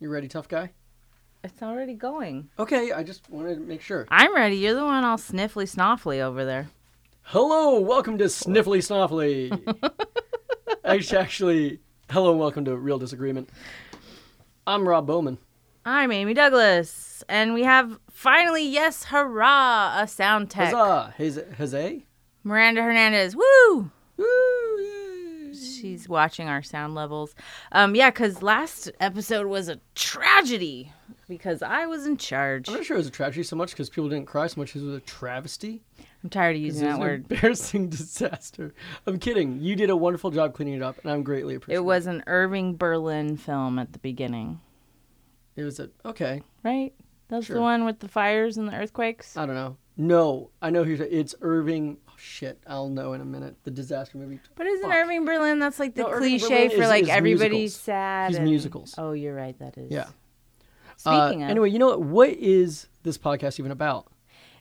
You ready, tough guy? It's already going. Okay, I just wanted to make sure. I'm ready. You're the one all sniffly snoffly over there. Hello, welcome to Sniffly Snoffly. actually, actually, hello and welcome to Real Disagreement. I'm Rob Bowman. I'm Amy Douglas, and we have finally, yes, hurrah, a sound tech. Huzzah! Jose? Jose? Miranda Hernandez. Woo! Woo! yay. She's watching our sound levels. Um, yeah, because last episode was a tragedy because I was in charge. I'm not sure it was a tragedy so much because people didn't cry so much as it was a travesty. I'm tired of This using is that an word. embarrassing disaster. I'm kidding. You did a wonderful job cleaning it up, and I'm greatly It appreciative. was an Irving Berlin film at the beginning, It was a okay. right? That's Sure. the one with the fires and the earthquakes. I don't know. No, I know who's. It's Irving. Oh, shit, I'll know in a minute. The disaster movie. But isn't Fuck. Irving Berlin? That's like the No, Irving cliche Berlin for is- like is everybody's musicals. sad. He's and- musicals. Oh, you're right. That is. Yeah. Uh, Speaking of, Anyway, you know what? What is this podcast even about?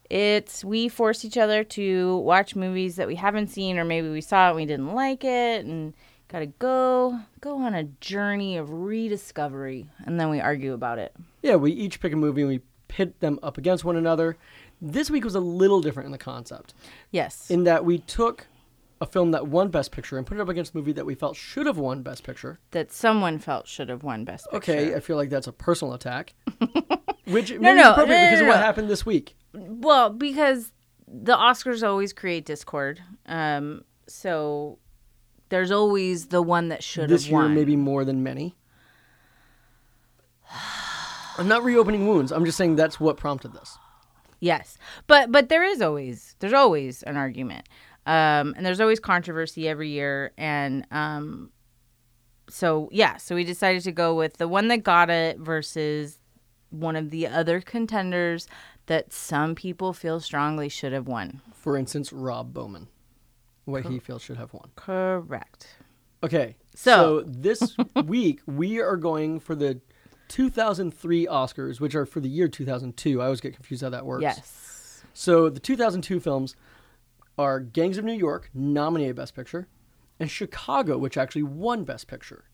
it's we force each other to watch movies that we haven't seen, or maybe we saw it and we didn't like it, and gotta go go on a journey of rediscovery, and then we argue about it. Yeah, we each pick a movie and we pit them up against one another. This week was a little different in the concept, Yes. in that we took a film that won Best Picture and put it up against a movie that we felt should have won Best Picture. that someone felt should have won Best Picture. Okay, uh, I feel like that's a personal attack, which maybe is no, appropriate no, no, because of no. what happened this week. Well, because the Oscars always create discord. Um, so there's always the one that should this have year, won. maybe more than many. I'm not reopening wounds. I'm just saying that's what prompted this. Yes, but but there is always there's always an argument, um, and there's always controversy every year, and um, so yeah, so we decided to go with the one that got it versus one of the other contenders that some people feel strongly should have won. For instance, Rob Bowman, what he feels should have won. Correct. Okay. So- this week we are going for the 2003 Oscars, which are for the year 2002. I always get confused how that works. Yes. So the 2002 films are Gangs of New York, nominated Best Picture, and Chicago, which actually won Best Picture.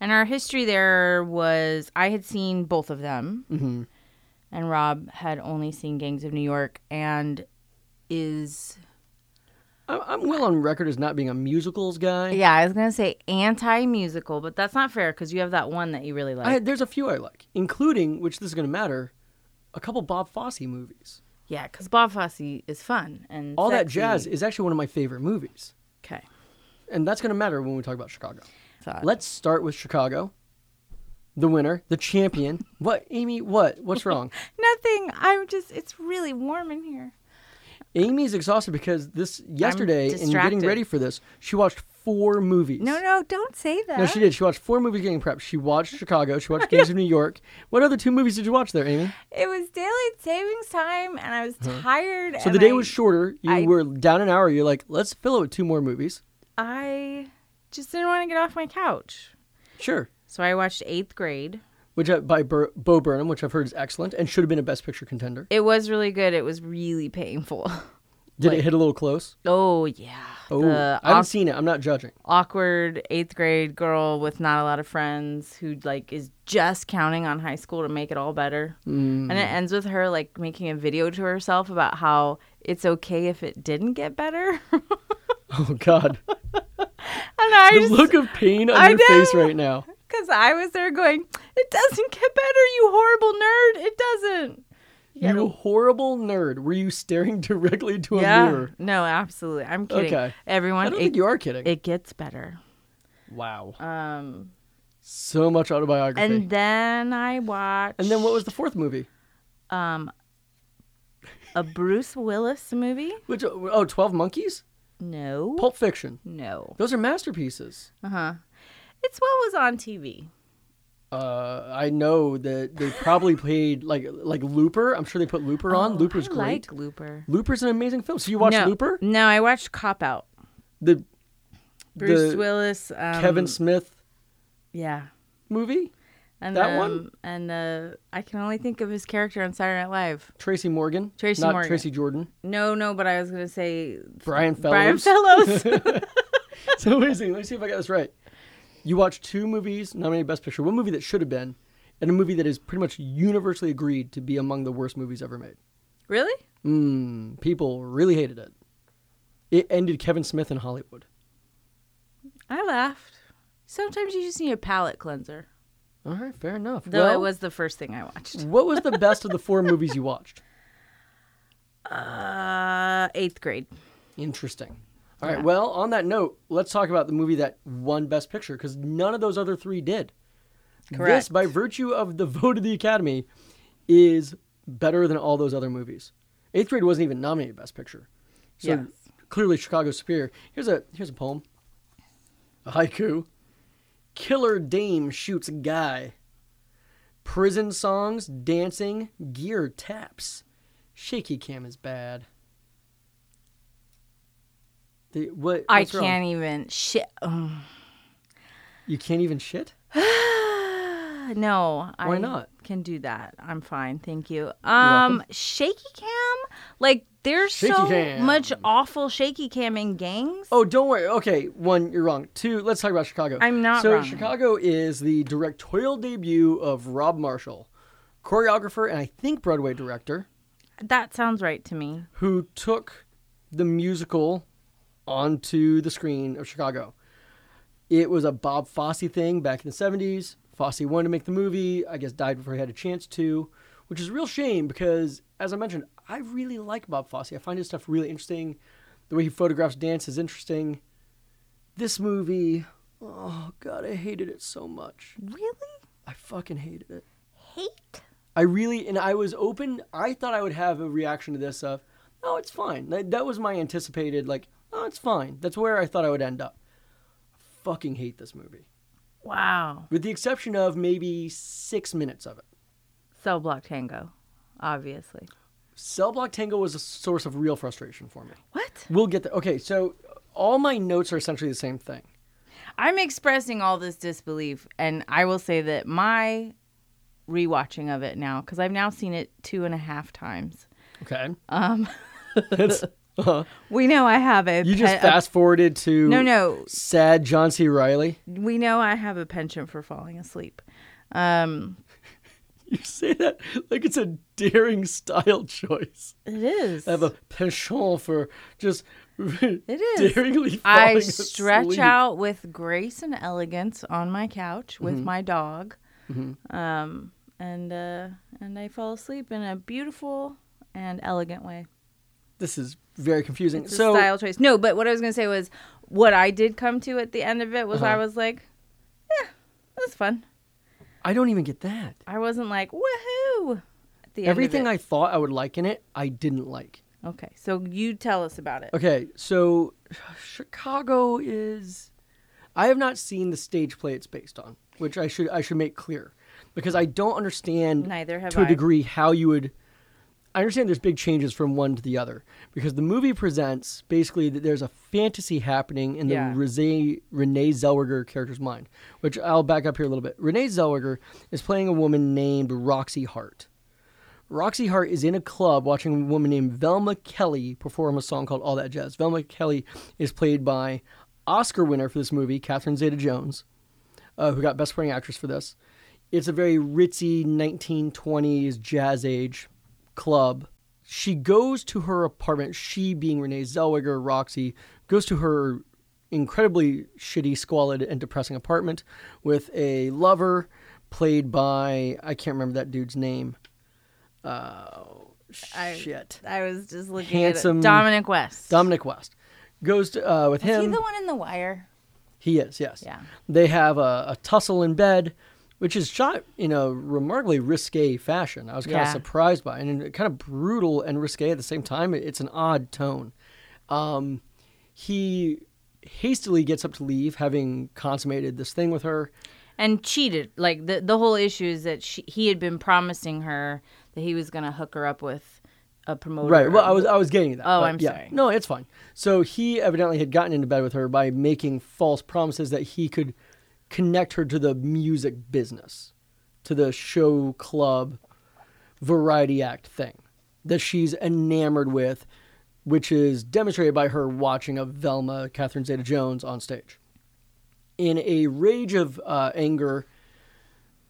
And our history there was I had seen both of them, Mm-hmm. and Rob had only seen Gangs of New York and is I'm, I'm well on record as not being a musicals guy. yeah I was gonna say anti musical, but that's not fair because you have that one that you really like. I, there's a few I like, including, which this is going to matter, a couple Bob Fosse movies. yeah, because Bob Fosse is fun and All that sexy. jazz is actually one of my favorite movies. Okay, And that's going to matter when we talk about Chicago. thought. Let's start with Chicago. The winner, the champion. What, Amy? What? What's wrong? nothing. I'm just it's really warm in here. Amy's exhausted because this yesterday and getting distracted. ready for this, she watched four movies. No, no, don't say that. No, she did. She watched four movies getting prepped. She watched Chicago. She watched Gangs of New York. What other two movies did you watch there, Amy? It was daylight savings time, and I was tired. So the day was shorter. You I- were down an hour. You're like, let's fill it with two more movies. I just didn't want to get off my couch. Sure. So I watched Eighth Grade. Which uh, by Bur- Bo Burnham, which I've heard is excellent and should have been a Best Picture contender. It was really good. It was really painful. Did it hit a little close? Oh yeah, Oh, the I haven't awk- seen it. I'm not judging. awkward eighth grade girl with not a lot of friends who like is just counting on high school to make it all better, and Mm-hmm. it ends with her like making a video to herself about how it's okay if it didn't get better. I don't know. Oh God. I the just look of pain on I your face know. right now. because I was there going, it doesn't get better, you horrible nerd. It doesn't. You horrible nerd. Were you staring directly into a yeah. mirror? No, absolutely. I'm kidding. Okay. I Everyone, don't it, think you are kidding. it gets better. wow. Um. So much autobiography. And And, then I watched. then what was the fourth movie? um a Bruce Willis movie? Which oh, 12 Monkeys? No, Pulp Fiction. no. Those are masterpieces. Uh huh. It's what was on TV. Uh, I know that they probably played like like Looper. I'm sure they put Looper on. Looper's Oh, I great. Like Looper. Looper's an amazing film. So you watched no, Looper? No, I watched Cop Out. The Bruce The Willis. Um, Kevin Smith Yeah. movie? And That um, one? And uh, I can only think of his character on Saturday Night Live. Tracy Morgan. Tracy not Morgan. Tracy Jordan. No, no, but I was gonna say Brian Brian Fellows. Fellows. so amazing. Let me see if I got this right. You watch two movies nominated Best Picture, one movie that should have been, and a movie that is pretty much universally agreed to be among the worst movies ever made. Really? Mm, people really hated it. It ended Kevin Smith in Hollywood. I laughed. Sometimes you just need a palate cleanser. All right, fair enough. Though well, Mm. it was the first thing I watched. what was the best of the four movies you watched? Uh, eighth grade. Interesting. All right. Well, on that note, let's talk about the movie that won Best Picture because none of those other three did. This, Correct. by virtue of the vote of the Academy, is better than all those other movies. Eighth Grade wasn't even nominated Best Picture, so Yes. clearly Chicago's superior. Here's a here's a poem, a haiku. Killer dame shoots guy. Prison songs, dancing, gear taps. Shaky cam is bad. The, what? I what's wrong? can't even shit. Oh, ugh. You can't even shit. no, Why I not? Can do that. I'm fine, thank you. Um, shaky cam. Like there's Shaky so cam. much awful shaky cam in gangs. Oh, don't worry. Okay, one, you're wrong. Two, let's talk about Chicago. I'm not so wrong. Chicago is the directorial debut of Rob Marshall, choreographer and I think Broadway director, That sounds right to me. who took the musical onto the screen of Chicago. It was a Bob Fosse thing back in the 70s. Fosse wanted to make the movie, I guess died before he had a chance to, which is a real shame because, as I mentioned, I really like Bob Fosse. I find his stuff really interesting. The way he photographs dance is interesting. This movie, oh God, I hated it so much. Really? I fucking hated it. Hate? I really, and I was open. I thought I would have a reaction to this of, no, it's fine. That, that was my anticipated, like, oh, it's fine. That's where I thought I would end up. Fucking hate this movie. Wow. With the exception of maybe six minutes of it. Cell block tango, obviously. Cell Block Tango was a source of real frustration for me. What? We'll get there. Okay, so all my notes are essentially the same thing. I'm expressing all this disbelief, and I will say that my rewatching of it now, because I've now seen it two and a half times. Okay. Um. That's, uh, We know I have a. you just pe- a- fast forwarded to uh, no, no. sad John C. Riley. We know I have a penchant for falling asleep. Um, You say that like it's a daring style choice. it is. I have a penchant for just is. daringly falling I stretch asleep. out with grace and elegance on my couch Mm-hmm. with my dog, um, and uh, and I fall asleep in a beautiful and elegant way. This is very confusing. It's so a style choice. No, but what I was gonna say was what I did come to at the end of it was I Uh-huh. was like, yeah, that's fun. I don't even get that. I wasn't like woohoo. At the Everything end I thought I would like in it, I didn't like. I okay. So you tell us about it. Okay, so Chicago is I have not seen the stage play it's based on, which I should I should make clear because I don't understand Neither have to a I. degree how you would I understand there's big changes from one to the other because the movie presents basically that there's a fantasy happening in the Yeah. Renee, Renee Zellweger character's mind, which I'll back up here a little bit. Renee Zellweger is playing a woman named Roxy Hart. Roxy Hart is in a club watching a woman named Velma Kelly perform a song called All That Jazz. Velma Kelly is played by Oscar winner for this movie, Catherine Zeta Jones, uh, who got Best Supporting Actress for this. It's a very ritzy 1920s jazz age club. She goes to her apartment, she being Renee Zellweger, Roxy, goes to her incredibly shitty, squalid, and depressing apartment with a lover played by, I can't remember that dude's name. Oh, I- shit. I was just looking Handsome- at it. Dominic West. Dominic West goes to, uh, with Is him. he the one in the wire? He is, yes. Yeah. They have a, a tussle in bed, which is shot in a remarkably risque fashion. I was kind Yeah. of surprised by, it, and kind of brutal and risque at the same time. It- It's an odd tone. Um, he hastily gets up to leave, having consummated this thing with her. And cheated. Like the the whole issue is that she, he had been promising her that he was gonna hook her up with a promoter. Right. Well, I was I was getting to that. Oh, but I'm yeah. sorry. No, it's fine. So he evidently had gotten into bed with her by making false promises that he could connect her to the music business, to the show club variety act thing that she's enamored with, which is demonstrated by her watching of Velma Catherine Zeta Jones on stage. in a rage of uh, anger,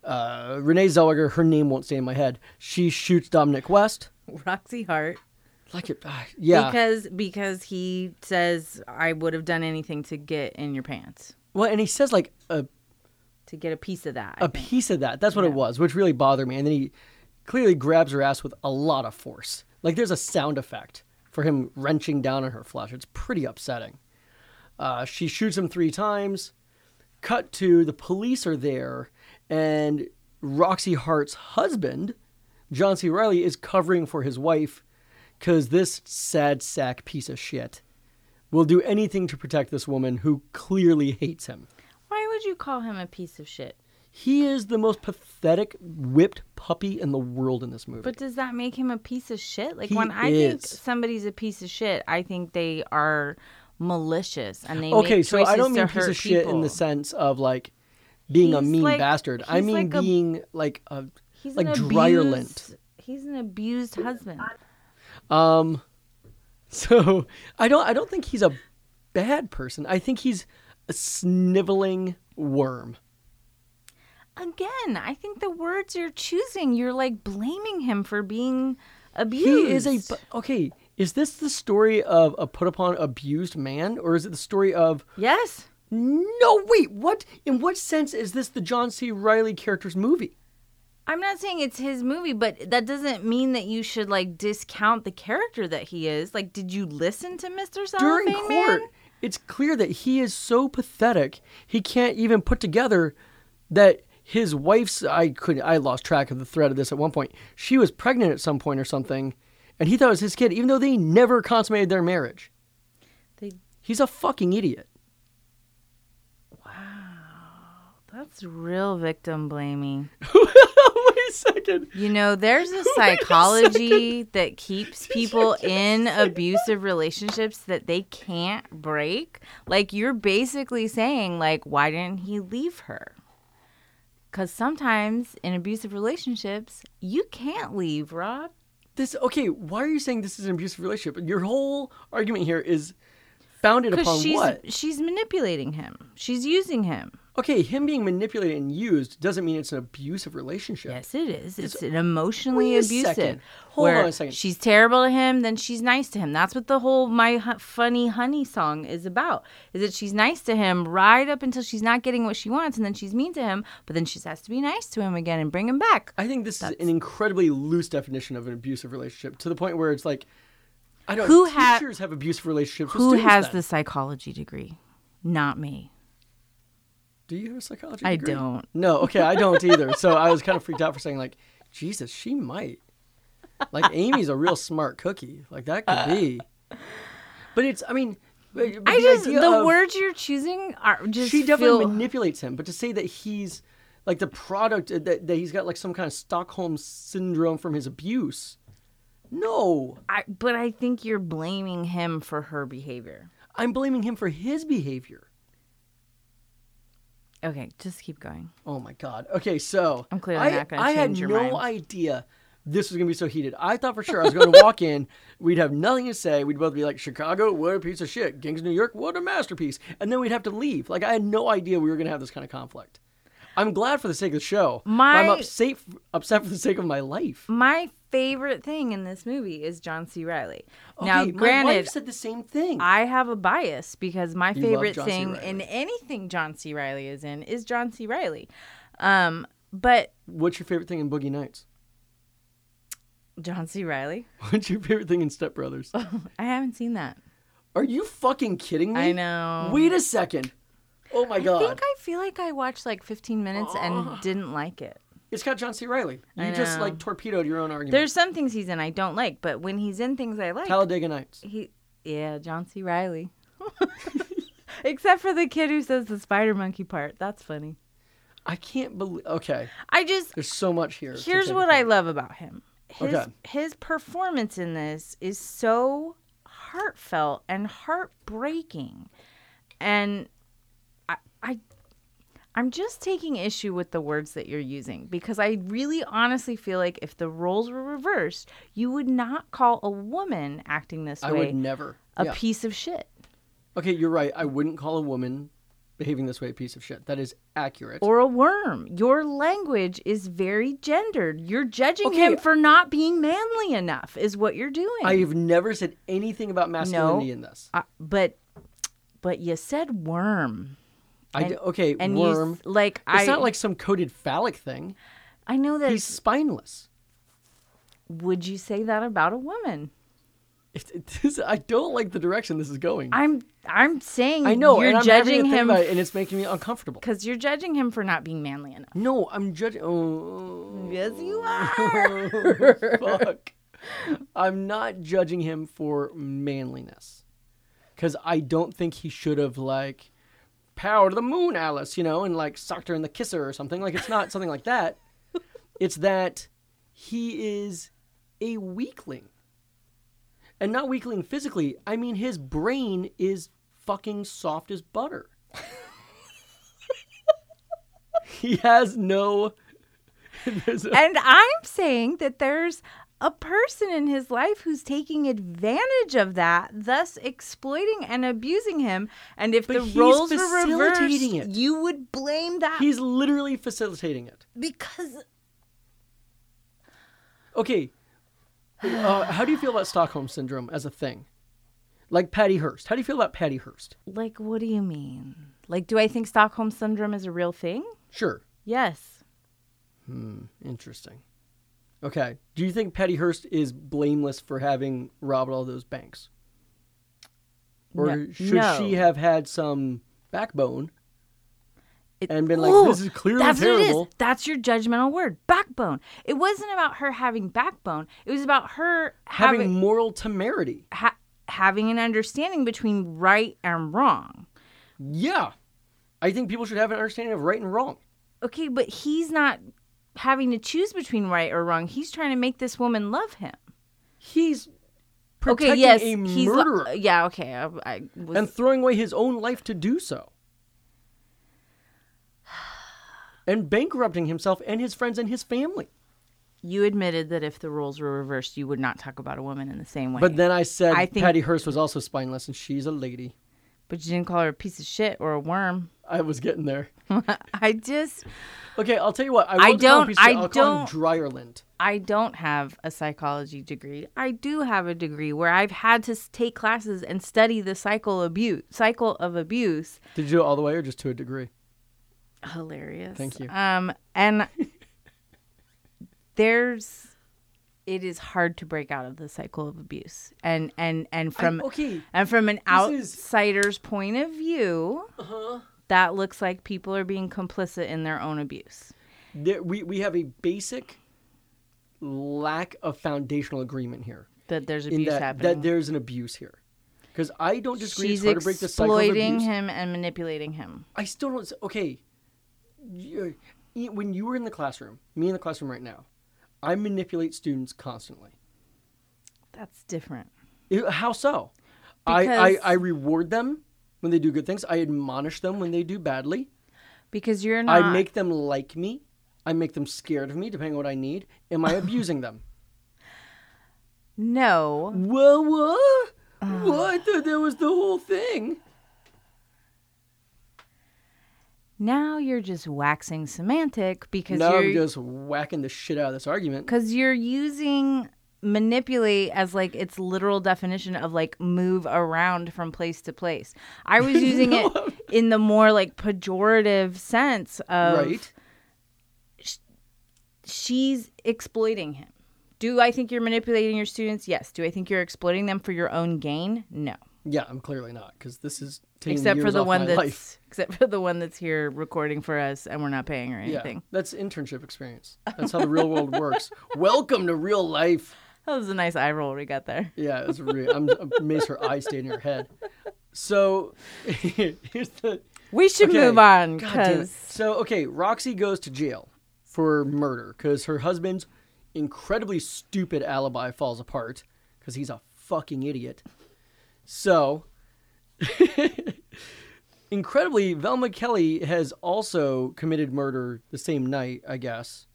uh, Renee Zellweger, her name won't stay in my head, she shoots Dominic West. Roxy Hart. Like it, ah, yeah. Because because he says I would have done anything to get in your pants. well, and he says like a, To get a piece of that. I a think. piece of that. That's what it was, which really bothered me. And then he clearly grabs her ass with a lot of force. Like there's a sound effect for him wrenching down on her flesh. It's pretty upsetting. Uh, she shoots him three times. Cut to the police are there, and Roxy Hart's husband, John C. Riley, is covering for his wife because this sad sack piece of shit will do anything to protect this woman who clearly hates him. Why would you call him a piece of shit? He is the most pathetic whipped puppy in the world in this movie. But does that make him a piece of shit? Like He when I think is. somebody's a piece of shit, I think they are malicious and they okay, Make so I choices don't to mean piece hurt of shit people. in the sense of like being a He's mean like- bastard. I he's mean like a- being like a He's like an Dreyerland. abused- He's an abused husband. um so I don't I don't think he's a bad person. I think he's a sniveling worm. Again, I think the words you're choosing, you're like blaming him for being abused. He is a bu- okay, is this the story of a put upon abused man or is it the story of yes. No wait, what in what sense is this the John C. Riley character's movie? I'm not saying it's his movie, but that doesn't mean that you should like discount the character that he is. Like, did you listen to Mr. Cellophane during court, Man? it's clear that he is so pathetic he can't even put together that his wife's I could I lost track of the thread of this at one point. She was pregnant at some point or something, and he thought it was his kid, even though they never consummated their marriage. They, He's a fucking idiot. that's real victim blaming. Wait a second. You know, there's a psychology that keeps people in abusive relationships that they can't break. Like you're basically saying like why didn't he leave her? Cuz sometimes in abusive relationships, you can't leave, Rob. This okay, why are you saying this is an abusive relationship? Your whole argument here is founded upon Cuz she's what? she's manipulating him. She's using him. Okay, him being manipulated and used doesn't mean it's an abusive relationship. Yes, it is. It's, an emotionally Wait a abusive. second. Hold where on a second. She's terrible to him, then she's nice to him. That's what the whole "My Hu- Funny Honey" song is about. Is that she's nice to him right up until she's not getting what she wants, and then she's mean to him. But then she has to be nice to him again and bring him back. I think this is an incredibly loose definition of an abusive relationship to the point where it's like, I don't Who know, ha- teachers have abusive relationships. with Who students has then. the psychology degree? Not me. Do you have a psychology I degree? don't. No, okay, I don't either. so I was kind of freaked out for saying, like, Jesus, she might. Like, Amy's a real smart cookie. Like, that could be. But it's, I mean, but- but I just idea the of- words you're choosing are just she definitely feel- manipulates him but to say that he's like the product uh, that, that he's got like some kind of stockholm syndrome from his abuse no I, but I think you're blaming him for her behavior. i'm blaming him for his behavior Okay, just keep going. oh my god okay so I'm clearly I, not gonna I had change your no mind. idea this was gonna be so heated i thought for sure i was gonna walk in we'd have nothing to say we'd both be like chicago what a piece of shit kings new york what a masterpiece and then we'd have to leave like i had no idea we were gonna have this kind of conflict i'm glad for the sake of the show but i'm My- upset, upset for the sake of my life my favorite thing in this movie is John C. Riley. Okay, now, my granted, wife said the same thing. I have a bias because my love favorite John C. thing in Reilly. anything John C. Riley is in is John C. Riley. Um, but What's your favorite thing in Boogie Nights? John C. Riley, What's your favorite thing in Step Brothers? I haven't seen that. Are you fucking kidding me? I know. Wait a second. Oh my I think god. Oh. I feel like I watched like 15 minutes and didn't like it. It's got John C. Riley. You I just know. like torpedoed your own argument. There's some things he's in I don't like, but when he's in things I like, Talladega Nights. he yeah, John C. Riley. Except for the kid who says the spider monkey part. That's funny. I can't believe. Okay, I just there's so much here. to Here's take what I apart. love about him. His Okay. his performance in this is so heartfelt and heartbreaking. And I I I'm just taking issue with the words that you're using because I really honestly feel like if the roles were reversed, you would not call a woman acting this I way would never. a yeah. piece of shit. okay, you're right. I wouldn't call a woman behaving this way, piece of shit. That is accurate. Or a worm. Your language is very gendered. You're judging Okay. him for not being manly enough, is what you're doing. I have never said anything about masculinity in this. Uh, but but you said worm. I d- okay, And worm. you s- like I it's not like some coded phallic thing. I know that He's spineless. would you say that about a woman? It, it is, I don't like the direction this is going. I, I'm I'm saying know, you're and I'm having to judging think him about it, and it's making me uncomfortable. cuz you're judging him for not being manly enough. No, I'm judging. Oh, Yes, you are. fuck. I'm not judging him for manliness, because I don't think he should have like power to the moon, Alice. You know, and like socked her in the kisser or something. Like it's not something like that. It's that he is a weakling, and not weakling physically. I mean, his brain is fucking soft as butter. he has no. there's a- and I'm saying that there's a person in his life who's taking advantage of that, thus exploiting and abusing him. And if But the he's roles were reversed, facilitating it. you would blame that He's literally facilitating it. because Okay. Uh, how do you feel about Stockholm syndrome as a thing? Like Patty Hearst. How do you feel about Patty Hearst? like what do you mean? Like do I think Stockholm syndrome is a real thing? Sure. Hmm, Yes. Interesting. Okay. Do you think Patty Hearst is blameless for having robbed all those banks? Or No- should she no. have had some backbone It- and been like, Ooh, this is clearly That's what it is. terrible? That's your judgmental word, backbone. It wasn't about her having backbone. It was about her Having having moral temerity. ha- having an understanding between right and wrong. Yeah. I think people should have an understanding of right and wrong. Okay, but he's not having to choose between right or wrong. He's trying to make this woman love him. He's protecting okay, yes, a he's murderer. yeah, okay. I, I was and throwing away his own life to do so. And bankrupting himself and his friends and his family. you admitted that if the roles were reversed, you would not talk about a woman in the same way. But then I said I think- Patty Hearst was also spineless and she's a lady. But you didn't call her a piece of shit or a worm. I was getting there. I just Okay, I'll tell you what. I, I won't call him don't- piece of shit, I I'll call him don't- Dreyerland. I don't have a psychology degree. I do have a degree where I've had to s- take classes and study the cycle abuse cycle of abuse. Did you do it all the way or just to a degree? Hilarious. Thank you. Um and there's it is hard to break out of the cycle of abuse. And and and from okay. and from an is- outsider's point of view, Uh-huh. that looks like people are being complicit in their own abuse. There, we, we have a basic lack of foundational agreement here. That there's In abuse that, happening. that there's an abuse here. Because I don't disagree She's it's hard to break the cycle of exploiting abuse. him and manipulating him. I still don't. s- Okay, you- you- when you were in the classroom, me in the classroom right now, I manipulate students constantly. That's different. I- How so? I, I Because- I reward them when they do good things. I admonish them when they do badly. Because you're not. I make them like me. I make them scared of me, depending on what I need. Am I abusing them? No. Whoa, whoa, whoa! I thought that was the whole thing. Now you're just waxing semantic because Now I'm you're just whacking the shit out of this argument. because you're using manipulate as like its literal definition of like move around from place to place. I was using it in the more like pejorative sense of Right? she's exploiting him. Do I think you're manipulating your students? Yes. Do I think you're exploiting them for your own gain? No. Yeah, I'm clearly not because this is taking except for years the off my one that's life. except for the one that's here recording for us and we're not paying her anything. Yeah, that's internship experience. That's how the real world works. Welcome to real life. That was a nice eye roll we got there. Yeah, it's real. I'm amazed her eye stayed in her head. So here's the We should Okay. move on God damn it. because So okay, Roxy goes to jail for murder because her husband's incredibly stupid alibi falls apart because he's a fucking idiot. So incredibly, Velma Kelly has also committed murder the same night, I guess,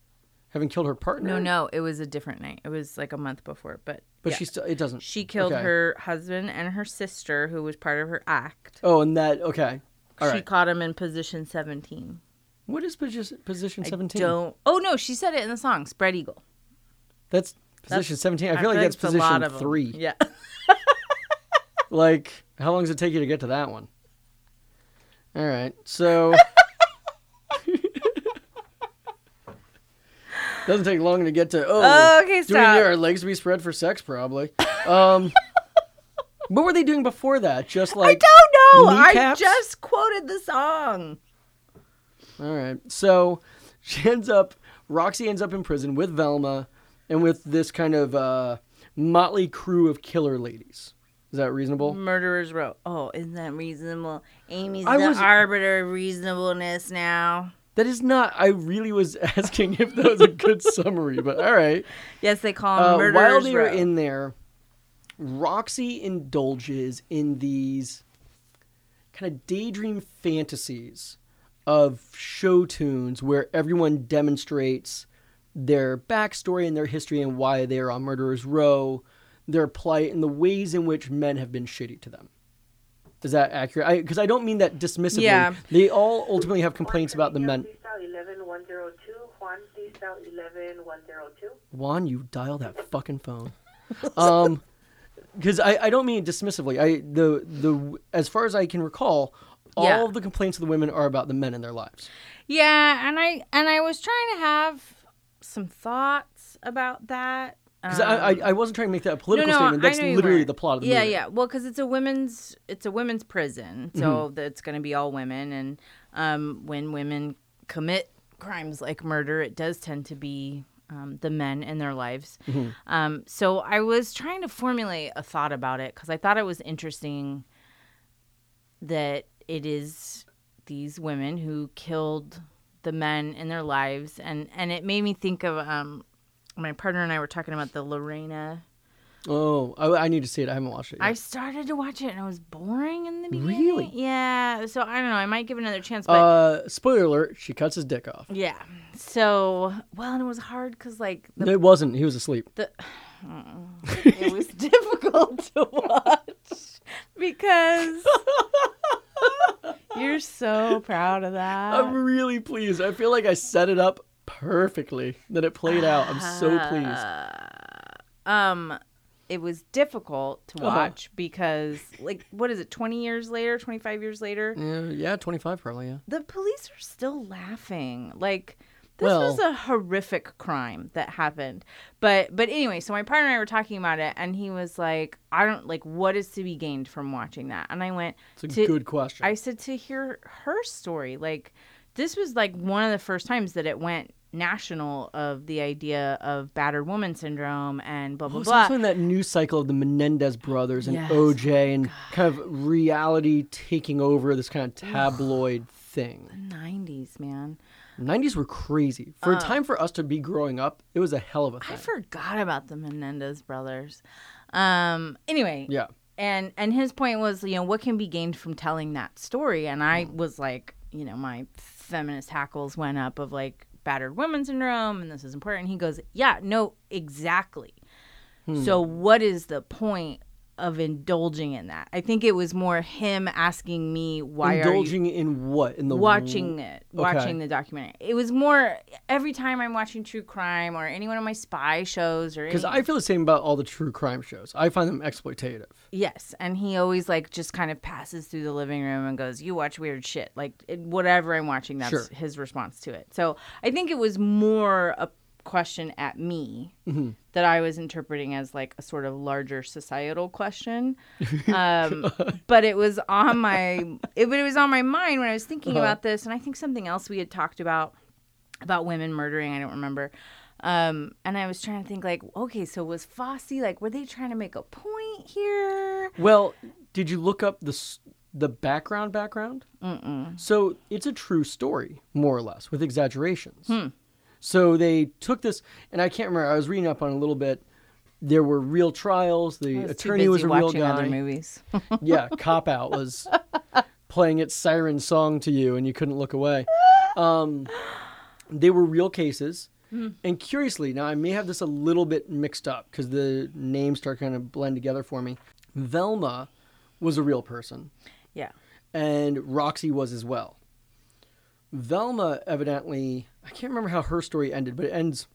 having killed her partner. no, no, it was a different night. It was like a month before, but But yeah. she still it doesn't. she killed okay. her husband and her sister who was part of her act. Oh, and that okay. All she right. caught him in position 17. What is position position seventeen? Don't. Oh no, she said it in the song "Spread Eagle." That's position seventeen. I feel like that's it's a lot position of 'em. three. Yeah. Like, how long does it take you to get to that one? All right, so doesn't take long to get to. Oh, Oh, okay, do we need stop. our legs to be spread for sex? Probably. Um, what were they doing before that? Just I like don't know. I kneecaps? just quoted the song. All right. So she ends up, Roxy ends up in prison with Velma and with this kind of uh, motley crew of killer ladies. Is that reasonable? Murderers Row. Oh, isn't that reasonable? Amy's I the was- arbiter of reasonableness now. That is not, I really was asking if that was a good summary, but all right. Yes, they call them Uh, Murderers while they were Row. in there, Roxy indulges in these kind of daydream fantasies of show tunes where everyone demonstrates their backstory and their history and why they are on Murderers Row, their plight, and the ways in which men have been shitty to them. Is that accurate? Because I, don't mean that dismissively. Yeah. They all ultimately have complaints about the men. Please dial 11102. Juan, please dial 11102. Juan, you dial that fucking phone. Um, because I, I don't mean it dismissively. I the the as far as I can recall, all Yeah. of the complaints of the women are about the men in their lives. Yeah, and I and I was trying to have some thoughts about that. Because I, I I wasn't trying to make that a political statement. That's know you literally weren't. the plot of the yeah, movie. Mm-hmm. Yeah, Well, because it's a women's it's a women's prison, so that's going to be all women, and um, when women commit crimes like murder, it does tend to be um, the men in their lives. Mm-hmm. Um, so I was trying to formulate a thought about it because I thought it was interesting that it is these women who killed the men in their lives, and and it made me think of. Um, my partner and I were talking about the Lorena Oh, I, I need to see it. I haven't watched it. I Yet. started to watch it and I was boring in the beginning. Really? Yeah. So I don't know. I might give it another chance, but uh, spoiler alert: she cuts his dick off. yeah. So well, and it was hard because like the, It wasn't. He was asleep. it was difficult to watch because you're so proud of that. I'm really pleased. I feel like I set it up perfectly. That it played out. I'm so Uh. pleased. um it was difficult to Uh-huh. watch because like what is it 20 years later 25 years later Yeah, yeah, 25 probably. Yeah. the police are still laughing. Like this Well- was a horrific crime that happened. But but anyway, so my partner and I were talking about it and he was like, I don't like what is to be gained from watching that? And I went It's a to, good question. I said to hear her story. Like this was like one of the first times that it went national of the idea of battered woman syndrome and blah blah Well, it's blah. also in that news cycle of the Menendez brothers and Yes. OJ and kind of reality taking over this kind of tabloid thing. 90s, man. 90s were crazy. For a time for us to be growing up, it was a hell of a Uh. I thing. forgot about the Menendez brothers. Um anyway, yeah. and and his point was you know what can be gained from telling that story and i Mm. was like you know my feminist hackles went up of like battered women syndrome and this is important he goes yeah no exactly Hmm. so what is the point of indulging in that i think it was more him asking me why are you Indulging in what? In the watching it watching Okay. the documentary it was more every time i'm watching true crime or any one of my spy shows or Because any- I feel the same about all the true crime shows. I find them exploitative. Yes, and he always like just kind of passes through the living room and goes, "You watch weird shit." Like it, whatever I'm watching, that's Sure. his response to it. So I think it was more a question at me that I was interpreting as like a sort of larger societal question. Um, but it was on my it, but it was on my mind when I was thinking about this, and I think something else we had talked about about women murdering. I don't remember. Um, and I was trying to think like, okay, so was Fosse like, were they trying to make a point here? Well, did you look up the s- the background background? Mm-mm. So it's a true story, more or less, with exaggerations. Hmm. So they took this, and I can't remember. I was reading up on it a little bit. There were real trials. The attorney was a real watching other guy. movies. Yeah, cop out was playing its siren song to you, and you couldn't look away. Um, they were real cases, and curiously, now I may have this a little bit mixed up because the names start kind of blend together for me. Velma was a real person yeah. and Roxy was as well. Velma evidently, I can't remember how her story ended, but it ends.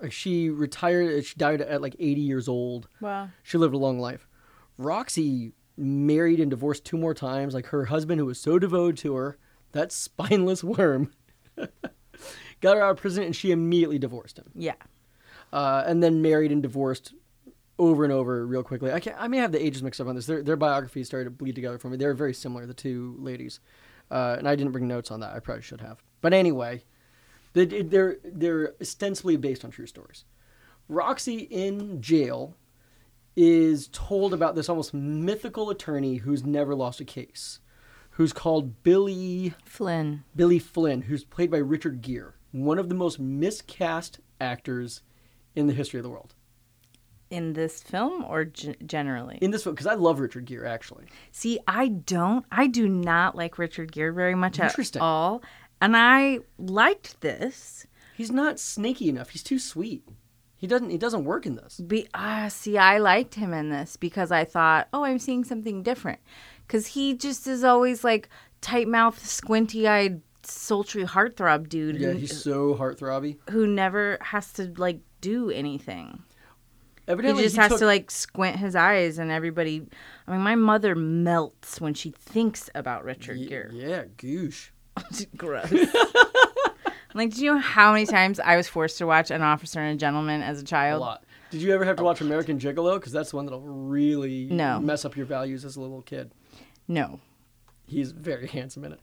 Like she retired, she died at like 80 years old. Wow. She lived a long life. Roxy married and divorced two more times. Like her husband, who was so devoted to her, that spineless worm, got her out of prison and she immediately divorced him. Yeah. Uh, and then married and divorced over and over real quickly. I, can't, I may have the ages mixed up on this. Their, their biographies started to bleed together for me. They're very similar, the two ladies. Uh, and I didn't bring notes on that. I probably should have. But anyway, they, they're, they're ostensibly based on true stories. Roxy in jail is told about this almost mythical attorney who's never lost a case, who's called Billy Flynn. Billy Flynn, who's played by Richard Gere, one of the most miscast actors in the history of the world. In this film or g- generally? In this film, because I love Richard Gere actually. See, I don't. I do not like Richard Gere very much at Interesting. all. And I liked this. He's not snaky enough. He's too sweet. He doesn't. He doesn't work in this. Be, ah, see, I liked him in this because I thought, oh, I'm seeing something different. Because he just is always like tight mouth, squinty eyed, sultry heartthrob dude Yeah, who, he's so heartthrobby. who never has to like do anything. He Evidently, just he has took- to like squint his eyes, and everybody. I mean, my mother melts when she thinks about Richard Y- Gere. Yeah, goosh. Gross. like, do you know how many times I was forced to watch An Officer and a Gentleman as a A child? lot. Did you ever have to watch American Gigolo? Because that's the one that'll really No. mess up your values as a little kid. No. He's very handsome in it.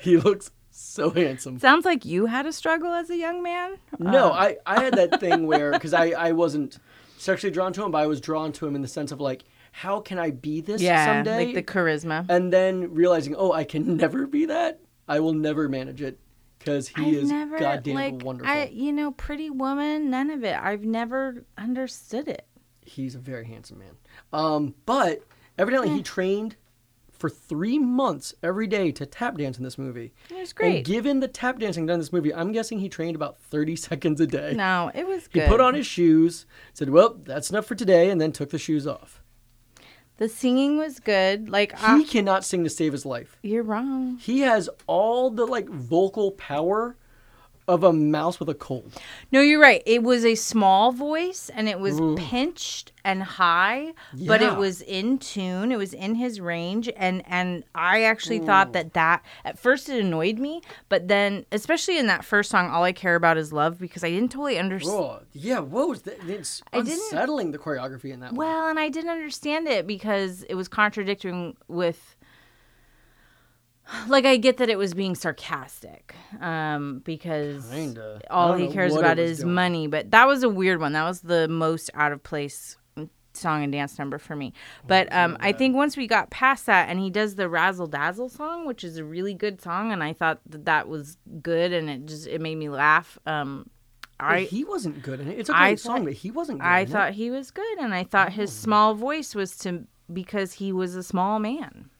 he looks so handsome. Sounds like you had a struggle as a young man. Um. Uh, No, I, I had that thing where because I, I wasn't sexually drawn to him, but I was drawn to him in the sense of like, how can I be this Yeah, someday? like the charisma. and then realizing, oh, I can never be that. I will never manage it because he I've is never goddamn like wonderful. I, you know, Pretty Woman. None of it. I've never understood it. He's a very handsome man. Um, but evidently he trained for three months every day to tap dance in this movie. It was And great. given the tap dancing done in this movie, I'm guessing he trained about 30 seconds a day. no, it was He good. put on his shoes, said, "Well, that's enough for today," and then took the shoes off. the singing was good. Like, He I, cannot sing to save his life. you're wrong. He has all the like vocal power of a mouse with a cold. No, you're right. It was a small voice and it was pinched and high, but Yeah. it was in tune. It was in his range and and I actually thought that that at first it annoyed me, but then especially in that first song all I care about is love because I didn't totally understand Oh, yeah, what was that? It's I didn't- unsettling the choreography in that one. Well, and I didn't understand it because it was contradicting with like I get that it was being sarcastic. Um because Kinda. I all don't he know cares what it about was is doing. money, but that was a weird one. That was the most out of place song and dance number for me. But um I think once we got past that and he does the razzle dazzle song, which is a really good song and I thought that that was good and it just it made me laugh. Um But I he wasn't good in it. It's a I great thought- song, but he wasn't. good I in it. thought he was good, and I thought his small voice was to because he was a small man.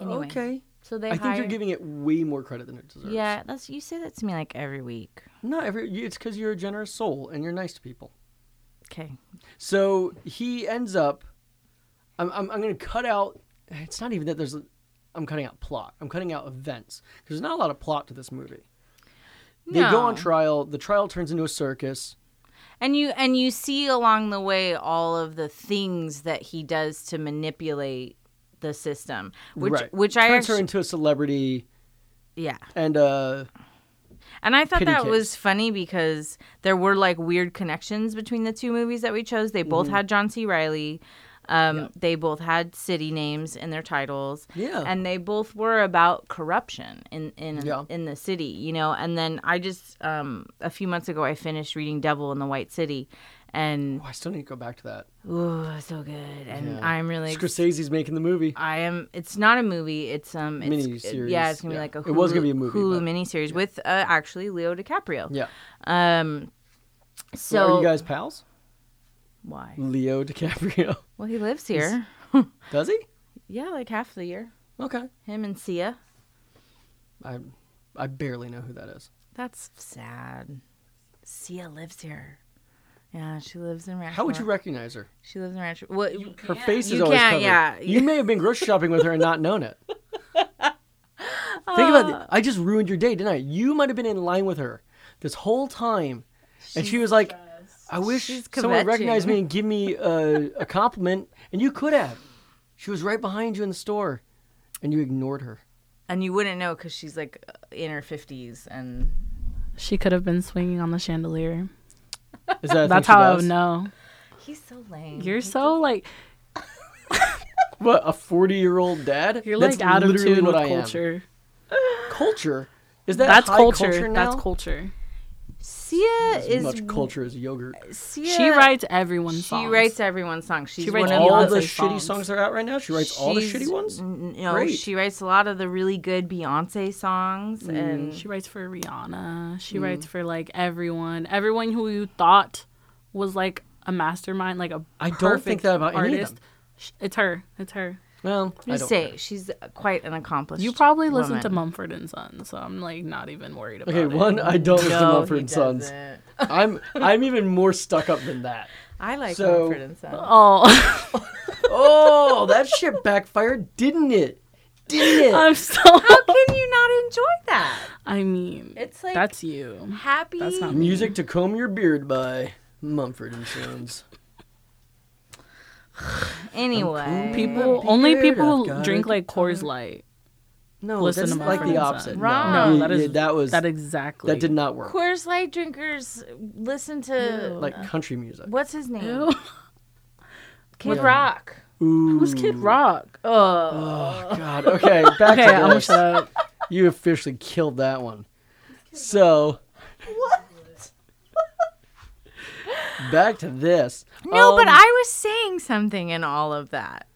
Anyway, okay. so they I think hired- you're giving it way more credit than it deserves. Yeah, that's you say that to me like every week. Not every. It's because you're a generous soul and you're nice to people. Okay, So he ends up. I'm, I'm, I'm going to cut out. It's not even that there's. A, I'm cutting out plot. I'm cutting out events. There's not a lot of plot to this movie. They go on No. trial. The trial turns into a circus. and you and you see along the way all of the things that he does to manipulate the system, which right. which turns I her actually, into a celebrity yeah. and uh And I thought Pity that case. was funny because there were like weird connections between the two movies that we chose. They Mm-hmm. both had John C. Riley. Um, They both had city names in their titles. Yeah. And they both were about corruption in in Yeah. in the city, you know. And then I just um, a few months ago I finished reading Devil in the White City, and oh, I still need to go back to that. ooh, so good. And I'm really. Scorsese's making the movie. I am. It's not a movie. It's um. It's, Miniseries, Yeah, it's gonna yeah. be like a. Hulu, It was gonna be a movie, Hulu but- miniseries with uh, actually Leo DiCaprio. Yeah. Um. So So are you guys pals? why? Leo DiCaprio. Well, he lives here. Does he? Yeah, like half the year. Okay. Him and Sia. I I barely know who that is. That's sad. Sia lives here. Yeah, she lives in Rancho. How would you recognize her? She lives in Rancho. Well, Her face is You always can't, covered. yeah. You may have been grocery shopping with her and not known it. Think Uh. about it. I just ruined your day, didn't I? You might have been in line with her this whole time, and she was like, "I wish she's someone would recognize kvetching. me and give me a, a compliment." And you could have. She was right behind you in the store, and you ignored her. and you wouldn't know because she's like uh, in her fifties, and She could have been swinging on the chandelier. Is that a That's thing she how I does? would know. he's so lame. You're so like What a forty-year-old dad. you're That's like out of literally tune with what I am. culture. Culture. Is that That's high culture. now? That's culture. Sia As is much culture as yogurt. Sia, She writes everyone's She songs. writes everyone's songs. She's writes one all of Beyonce the shitty songs. songs that are out right now. She writes all the she's- shitty ones. n- No, Great. Mm, she writes a lot of the really good Beyonce songs, and She writes for Rihanna. She writes for like everyone. Everyone who you thought was like a mastermind, like a I don't perfect think that about any of artist. them. Sh- It's her. It's her. Well, I you don't say care. she's quite an accomplished. You probably listen woman. to Mumford and Son, so I'm like not even worried about Okay, it. one, I don't listen to No, Mumford he and Sons. doesn't. I'm I'm even more stuck up than that. I like So- Mumford and Sons. Oh, Oh, that shit backfired, didn't it? Didn't it? I'm so. How can you not enjoy that? I mean, It's like that's you. happy. That's not me. Music to comb your beard by Mumford and Sons. Anyway, People, Happy only beard, people I've got who drink a like Coors Light. No, Listen that's to like Mumford the and opposite. Sons. Wrong. you- that is you- that was that that, exactly. did not work. Coors Light drinkers listen to Ew. Like country music. what's his name? Ew. Kid Rock. Ooh. Who's Kid Rock? Oh, Oh God. Okay, back Mm. Okay, to I'm gonna this. shut up. You officially killed that one. So what? back to this. No, but Um, I was saying something in all of that.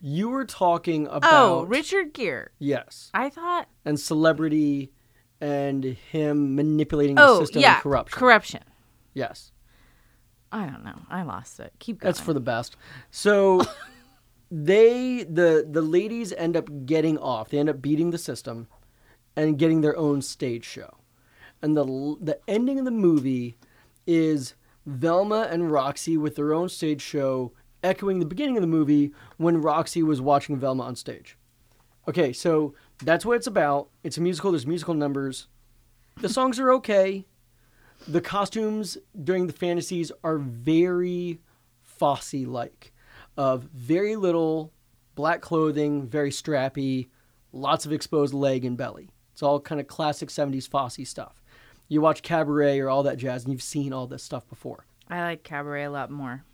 You were talking about Oh, Richard Gere. Yes, I thought. and celebrity, and him manipulating the Oh, system yeah. and corruption. Corruption. yes, I don't know. I lost it. Keep going. that's for the best. So they the the ladies end up getting off. They end up beating the system, and getting their own stage show. And the l- the ending of the movie is Velma and Roxy with their own stage show, echoing the beginning of the movie when Roxy was watching Velma on stage. Okay, so that's what it's about. It's a musical. There's musical numbers. The songs are okay. The costumes during the fantasies are very Fosse like, of very little black clothing, very strappy, lots of exposed leg and belly. It's all kind of classic 70s Fosse stuff. You watch Cabaret or all that jazz, and you've seen all this stuff before. I like Cabaret a lot more.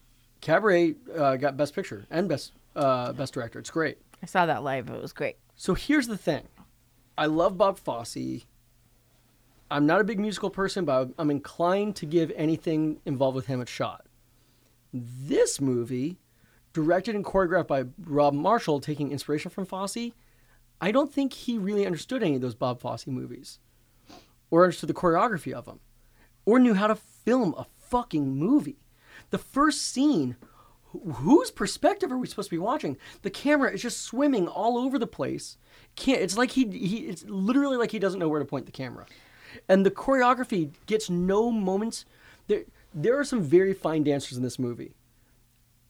Cabaret uh, got Best Picture and Best uh, Best Director. It's great. I saw that live. It was great. So here's the thing. I love Bob Fosse. I'm not a big musical person, but I'm inclined to give anything involved with him a shot. This movie, directed and choreographed by Rob Marshall, taking inspiration from Fosse, I don't think he really understood any of those Bob Fosse movies or understood the choreography of them or knew how to film a fucking movie. The first scene, wh- whose perspective are we supposed to be watching? The camera is just swimming all over the place. Can't, it's like he, he it's literally like he doesn't know where to point the camera. And the choreography gets no moments. There there are some very fine dancers in this movie.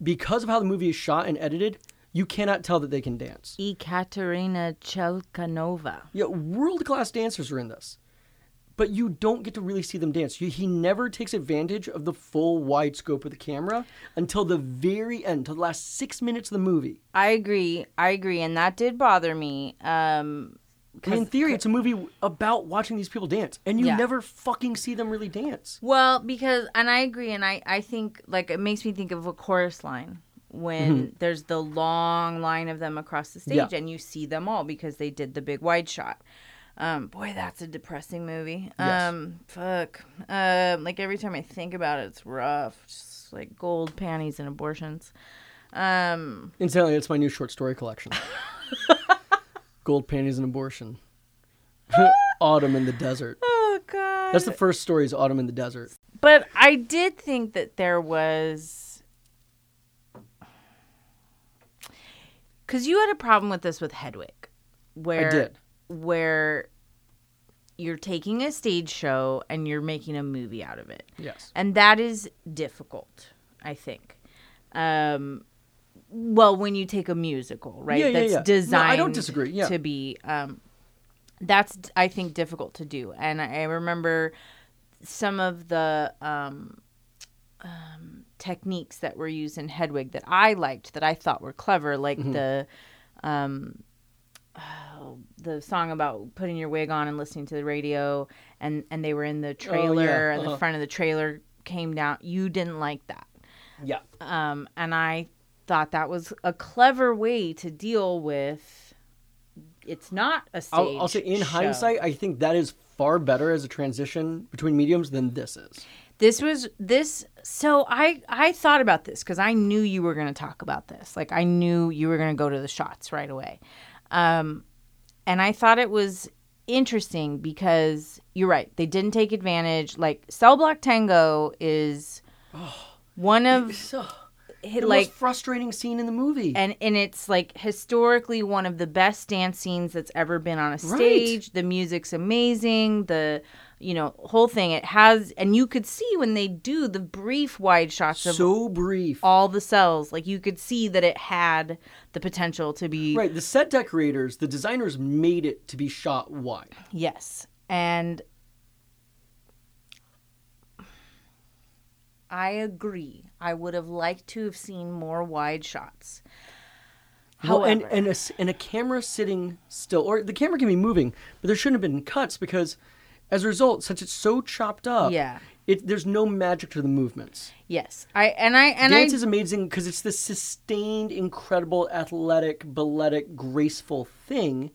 Because of how the movie is shot and edited, you cannot tell that they can dance. Ekaterina Chelkanova. Yeah, world class dancers are in this, but you don't get to really see them dance. You, he never takes advantage of the full wide scope of the camera until the very end, till the last six minutes of the movie. I agree. I agree, and that did bother me. Um, I mean, in theory, it's a movie about watching these people dance, and you Yeah. never fucking see them really dance. Well, because and I agree, and I I think like it makes me think of a chorus line when there's the long line of them across the stage, Mm-hmm. Yeah. and you see them all because they did the big wide shot. Um, boy, that's a depressing movie. Yes. Um, fuck. Um, like every time I think about it, it's rough. Just like gold panties and abortions. Um, Incidentally, it's my new short story collection Gold Panties and Abortion. Autumn in the Desert. oh god. That's the first story is Autumn in the Desert. But I did think that there was. Because you had a problem with this with Hedwig, where I did. where you're taking a stage show and you're making a movie out of it. Yes. And that is difficult, I think. Um, well, when you take a musical, right? Yeah, yeah, that's yeah. No, I designed don't disagree, yeah. to be um, that's I think difficult to do. And I I remember some of the um, um, techniques that were used in Hedwig that I liked that I thought were clever, like Mm-hmm. the um, oh, the song about putting your wig on and listening to the radio, and and they were in the trailer, and Oh, uh-huh. the front of the trailer came down. You didn't like that Yeah. um, and I thought that was a clever way to deal with. It's not a stage. I'll, I'll say in show. hindsight, I think that is far better as a transition between mediums than this is. this was this. So I I thought about this because I knew you were going to talk about this. Like I knew you were going to go to the shots right away, um, and I thought it was interesting because you're right. They didn't take advantage. Like Cell Block Tango is one of So, the like most frustrating scene in the movie. and and it's like historically one of the best dance scenes that's ever been on a Right. stage. The music's amazing. The you know whole thing it has, and you could see when they do the brief wide shots of so brief. all the cells, like you could see that it had the potential to be Right, the set decorators, the designers made it to be shot wide. yes, and I agree. I would have liked to have seen more wide shots. Well, and However- and a, s- and a camera sitting still, or the camera can be moving, but there shouldn't have been cuts because, as a result, since it's so chopped up, Yeah. it, there's no magic to the movements. Yes, I and I and Dance I is amazing because it's this sustained, incredible, athletic, balletic, graceful thing.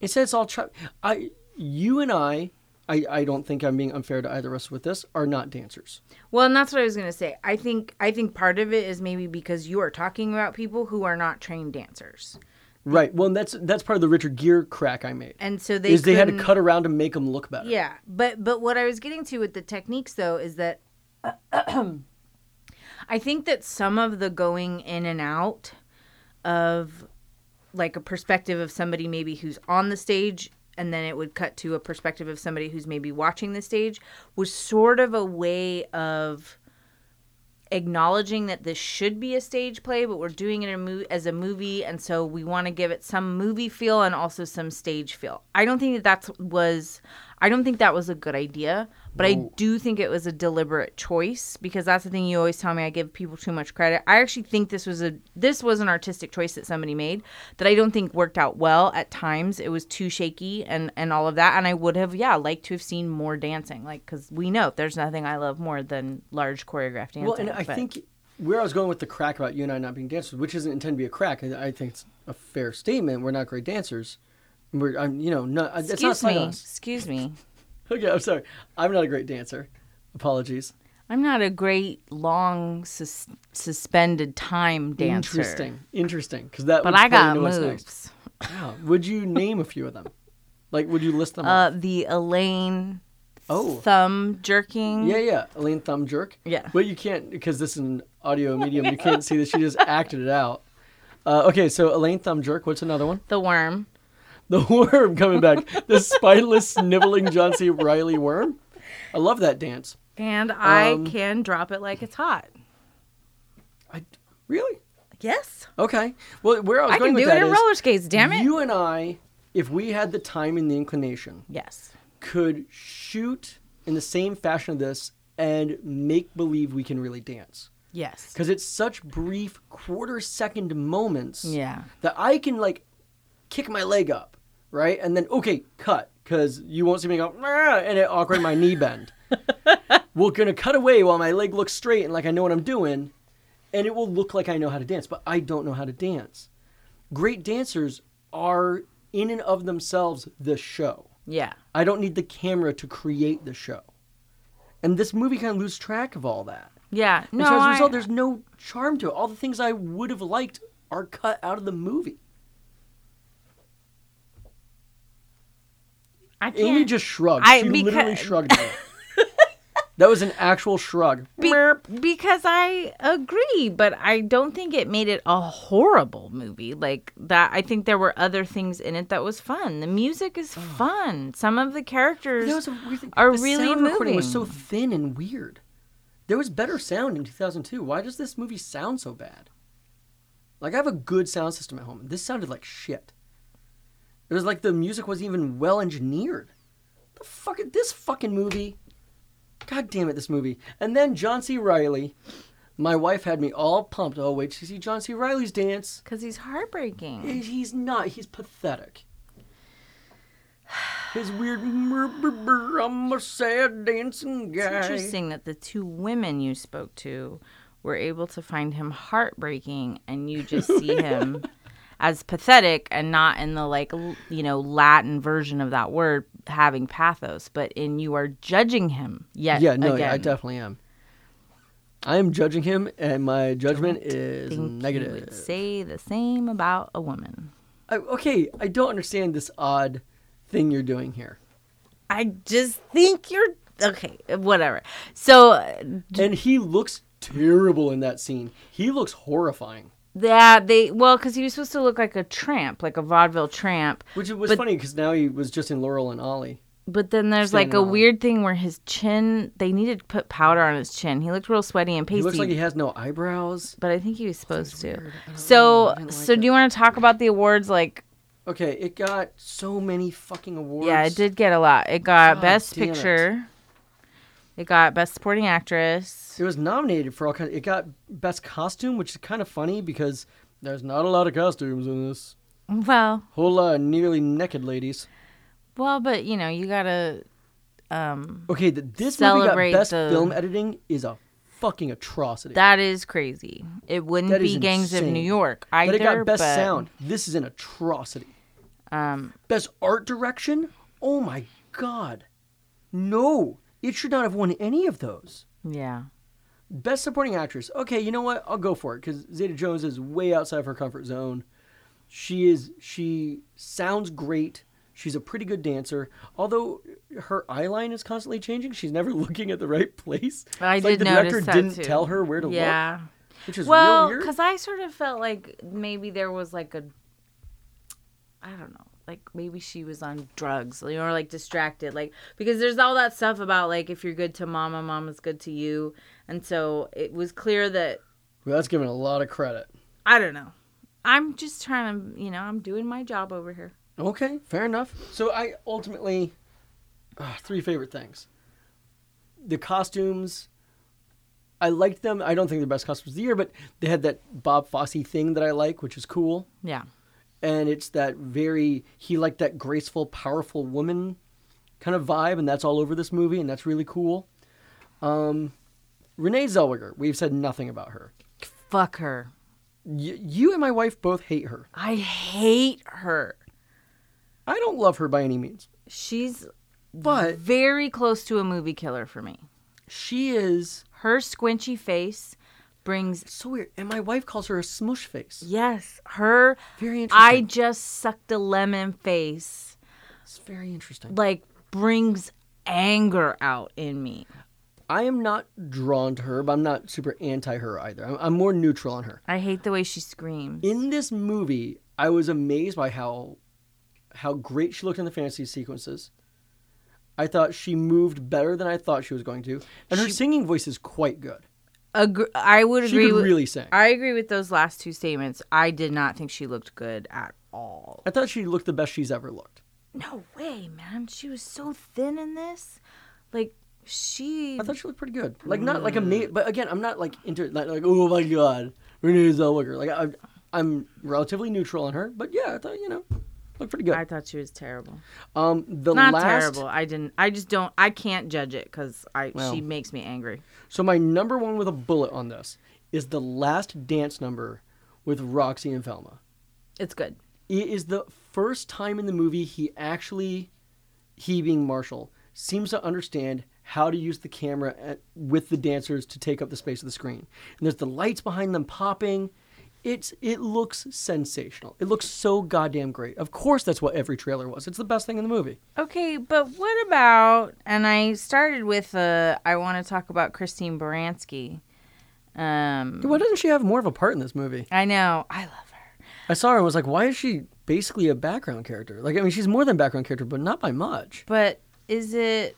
Instead, it's all chopped. I, you and I, I, I don't think I'm being unfair to either of us with this. Are not dancers. Well, and that's what I was gonna say. I think I think part of it is maybe because you are talking about people who are not trained dancers, Right. Well, that's that's part of the Richard Gere crack I made. and so they is they had to couldn't- cut around to make them look better. Yeah, but but what I was getting to with the techniques though is that I think that some of the going in and out of like a perspective of somebody maybe who's on the stage and then it would cut to a perspective of somebody who's maybe watching the stage was sort of a way of acknowledging that this should be a stage play but we're doing it in a mo- as a movie and so we want to give it some movie feel and also some stage feel i don't think that that was i don't think that was a good idea but i do think it was a deliberate choice because that's the thing you always tell me i give people too much credit i actually think this was a this was an artistic choice that somebody made that i don't think worked out well at times it was too shaky and and all of that and i would have yeah liked to have seen more dancing like because we know there's nothing i love more than large choreographed dancing Well, and I but- think where I was going with the crack about you and I not being dancers, which isn't intended to be a crack, I, I think it's a fair statement. We're not great dancers. We're, I'm, you know, not. it's not Excuse slight me. on us. Excuse me. Okay, I'm sorry. I'm not a great dancer. Apologies. I'm not a great long sus- suspended time dancer. Interesting, interesting. Because that. But would I got explain what's next. moves. Wow. Would you name a few of them? Like, would you list them? off? Uh, the Elaine Oh. thumb jerking. Yeah, yeah. Elaine Thumb Jerk. Yeah. But you can't, because this is an audio medium, you can't see that she just acted it out. Uh, okay, so Elaine Thumb Jerk. What's another one? The worm. The worm coming back. The spineless, sniveling John C. Riley worm. I love that dance. And I Um, can drop it like it's hot. I, really? Yes. Okay. Well, where I was I going can with do that it in is roller skates, damn it. you and I, if we had the time and the inclination, yes. could shoot in the same fashion of this and make believe we can really dance. Yes. because it's such brief quarter second moments Yeah. that i can like kick my leg up right and then okay cut because you won't see me go "Ah," and it awkward my knee bend we're gonna cut away while my leg looks straight and like i know what i'm doing and it will look like i know how to dance but i don't know how to dance great dancers are in and of themselves the show Yeah. I don't need the camera to create the show. And this movie kind of loses track of all that. Yeah. And No. so as a result, I- there's no charm to it. All the things I would have liked are cut out of the movie. I can't. Amy just shrugged. I- she literally because- shrugged. at it. That was an actual shrug. Be- because I agree, but I don't think it made it a horrible movie. Like that, I think there were other things in it that was fun. The music is fun. Some of the characters. That was a weird thing. are the really sound recording was so moving. thin and weird. There was better sound in 2002. Why does this movie sound so bad? Like I have a good sound system at home. This sounded like shit. It was like the music wasn't even well engineered. The fuck this fucking movie. God damn it, this movie. And then John C. Riley. My wife had me all pumped. Oh wait, to see John C. Riley's dance. Because he's heartbreaking. He's not. He's pathetic. His weird. I'm a sad dancing It's guy. interesting that the two women you spoke to were able to find him heartbreaking, and you just see him as pathetic and not in the like l- you know Latin version of that word having pathos, but in you are judging him. Yet Yeah, no, again. yeah, I definitely am. I am judging him, and my judgment is think negative. You would say the same about a woman. I, okay, I don't understand this odd thing you're doing here. I just think you're okay. Whatever. So uh, And he looks terrible in that scene. He looks horrifying. that they well, because he was supposed to look like a tramp, like a vaudeville tramp. Which was But- funny because now he was just in Laurel and Ollie. But then there's like Standing a on. weird thing where his chin. They needed to put powder on his chin. He looked real sweaty and pasty. He looks like he has no eyebrows. but I think he was supposed to. weird. I don't So, know. I didn't so like do you want to talk about the awards? Like, Okay, it got so many fucking awards. yeah, it did get a lot. It got God best damn it. picture. It. got best supporting actress. It was nominated for all kinds. It got best costume, which is kind of funny because there's not a lot of costumes in this. Well, Whole lot of nearly naked ladies. well, but you know, you gotta. Um, Okay, th- this Celebrate movie got best the- film editing is a fucking atrocity. that is crazy. It wouldn't That be is Gangs of New insane. York But either. it got best but, sound. This is an atrocity. Um, Best art direction? Oh my god. No, it should not have won any of those. yeah. Best supporting actress. Okay, you know what? I'll go for it because Zeta Jones is way outside of her comfort zone. She is. She sounds great. She's a pretty good dancer. Although her eyeline is constantly changing, she's never looking at the right place. I It's did like the notice director that didn't too. tell her where to yeah. look, which is well, real weird. because I sort of felt like maybe there was like a, I don't know, like maybe she was on drugs you know, or like distracted, like because there's all that stuff about like if you're good to mama, mama's good to you, and so it was clear that Well, that's giving a lot of credit. I don't know. I'm just trying to, you know, I'm doing my job over here. Okay, fair enough. So I ultimately ah, three favorite things. The costumes I liked them. I don't think they're the best costumes of the year, but they had that Bob Fosse thing that I like, which is cool. Yeah. And it's that very he liked that graceful, powerful woman kind of vibe, and that's all over this movie, and that's really cool. Um, Renee Zellweger, we've said nothing about her. Fuck her. Y- you and my wife both hate her. I hate her. I don't love her by any means, She's but very close to a movie killer for me. she is Her squinchy face brings So weird. And my wife calls her a smush face. Yes, her. Very interesting. I just sucked a lemon face. It's very interesting. Like brings anger out in me. I am not drawn to her, but I'm not super anti her either. I'm, I'm more neutral on her. I hate the way she screams. In this movie, I was amazed by how how great she looked in the fantasy sequences. I thought she moved better than I thought she was going to, and her singing voice is quite good. Agr- I would She agree. could with, really sing. I, I agree with those last two statements. I did not think she looked good at all. thought she looked the best she's ever looked. No way, man. She was so thin in this. Like she. I thought she looked pretty good. Like not like amazing, but again, I'm not like into it. Like, like, oh my god, Renee Zellweger. Like I, I'm relatively neutral on her, but yeah, I thought you know, looked pretty I good. thought she was terrible. Um, the Not last. terrible. I didn't. I just don't. I can't judge it because I. Well. she makes me angry. So my number one with a bullet on this is the last dance number with Roxy and Velma. It's good. It is the first time in the movie he actually, he being Marshall, seems to understand how to use the uh, camera at, with the dancers to take up the space of the screen. And there's the lights behind them popping. It's it looks sensational. It looks so goddamn great. Of course, that's what every trailer was. It's the best thing in the movie. Okay, but what about? And I started with uh, I want to talk about Christine Baranski. Um, Why doesn't she have more of a part in this movie? I know I love her. I saw her and was like, why is she basically a background character? Like, I mean, she's more than background character, but not by much. But is it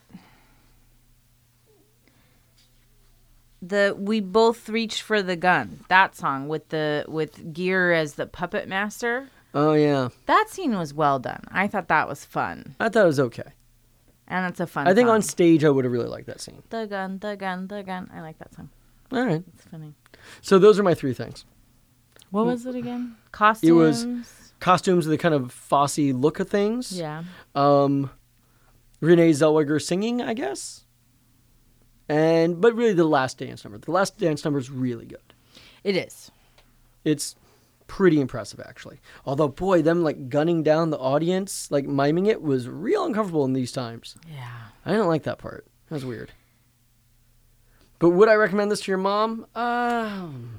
the we both reached for the gun? That song with the with Gear as the puppet master. Oh yeah, That scene was well done. I thought that was fun, I thought it was okay. and it's a fun. I think song. on stage I would have really liked that scene. the gun, the gun, the gun. I like that song. All right, It's funny. so those are my three things: What was it again? Costumes. It was- costumes, the kind of Fosse look of things. yeah. Um, Renee Zellweger singing, I guess. And but really, the last dance number. The last dance number is really good. It is. It's pretty impressive, actually. Although, boy, them like gunning down the audience, like miming it, was real uncomfortable in these times. Yeah. I didn't like that part. That was weird. But would I recommend this to your mom? Um,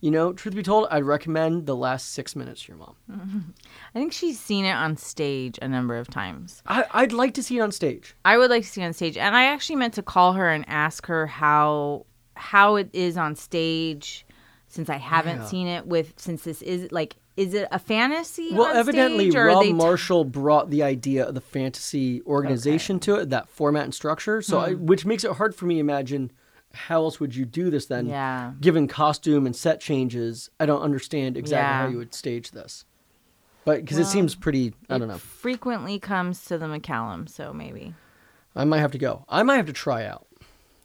you know, truth be told, I'd recommend the last six minutes to your mom. I think she's seen it on stage a number of times. I, I'd like to see it on stage. I would like to see it on stage, and I actually meant to call her and ask her how how it is on stage, since I haven't Yeah. seen it with since this is like is it a fantasy? Well, on evidently, stage, or are Rob they t- Marshall brought the idea of the fantasy organization to it, that format and structure. So, I, Hmm. which makes it hard for me to imagine how else would you do this then? Yeah. Given costume and set changes, I don't understand exactly how Yeah. you would stage this. But because it seems pretty, I don't know. frequently comes to the McCallum, so maybe I might have to go. I might have to try out.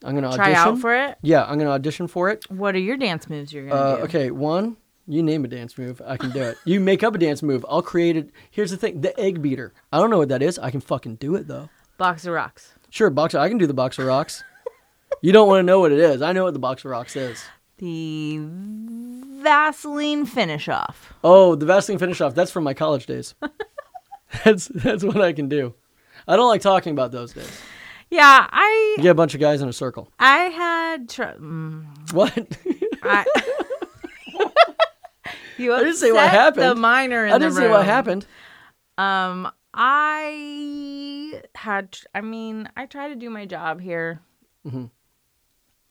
I'm gonna try audition. out for it. Yeah, I'm gonna audition for it. What are your dance moves you're gonna Uh, do? okay, one. You name a dance move, I can do it. You make up a dance move, I'll create it. Here's the thing: the egg beater. I don't know what that is. I can fucking do it though. Box of rocks. Sure, boxer. I can do the boxer rocks. you don't want to know what it is. I know what the boxer rocks is. The Vaseline finish off. Oh, the Vaseline finish off. That's from my college days. that's that's what I can do. I don't like talking about those days. Yeah, I You get a bunch of guys in a circle. I had. Tr- mm, What? I. you didn't say what upset The happened. minor in I the didn't see what room. happened. Um, I had. tr- I mean, I try to do my job here. Mhm.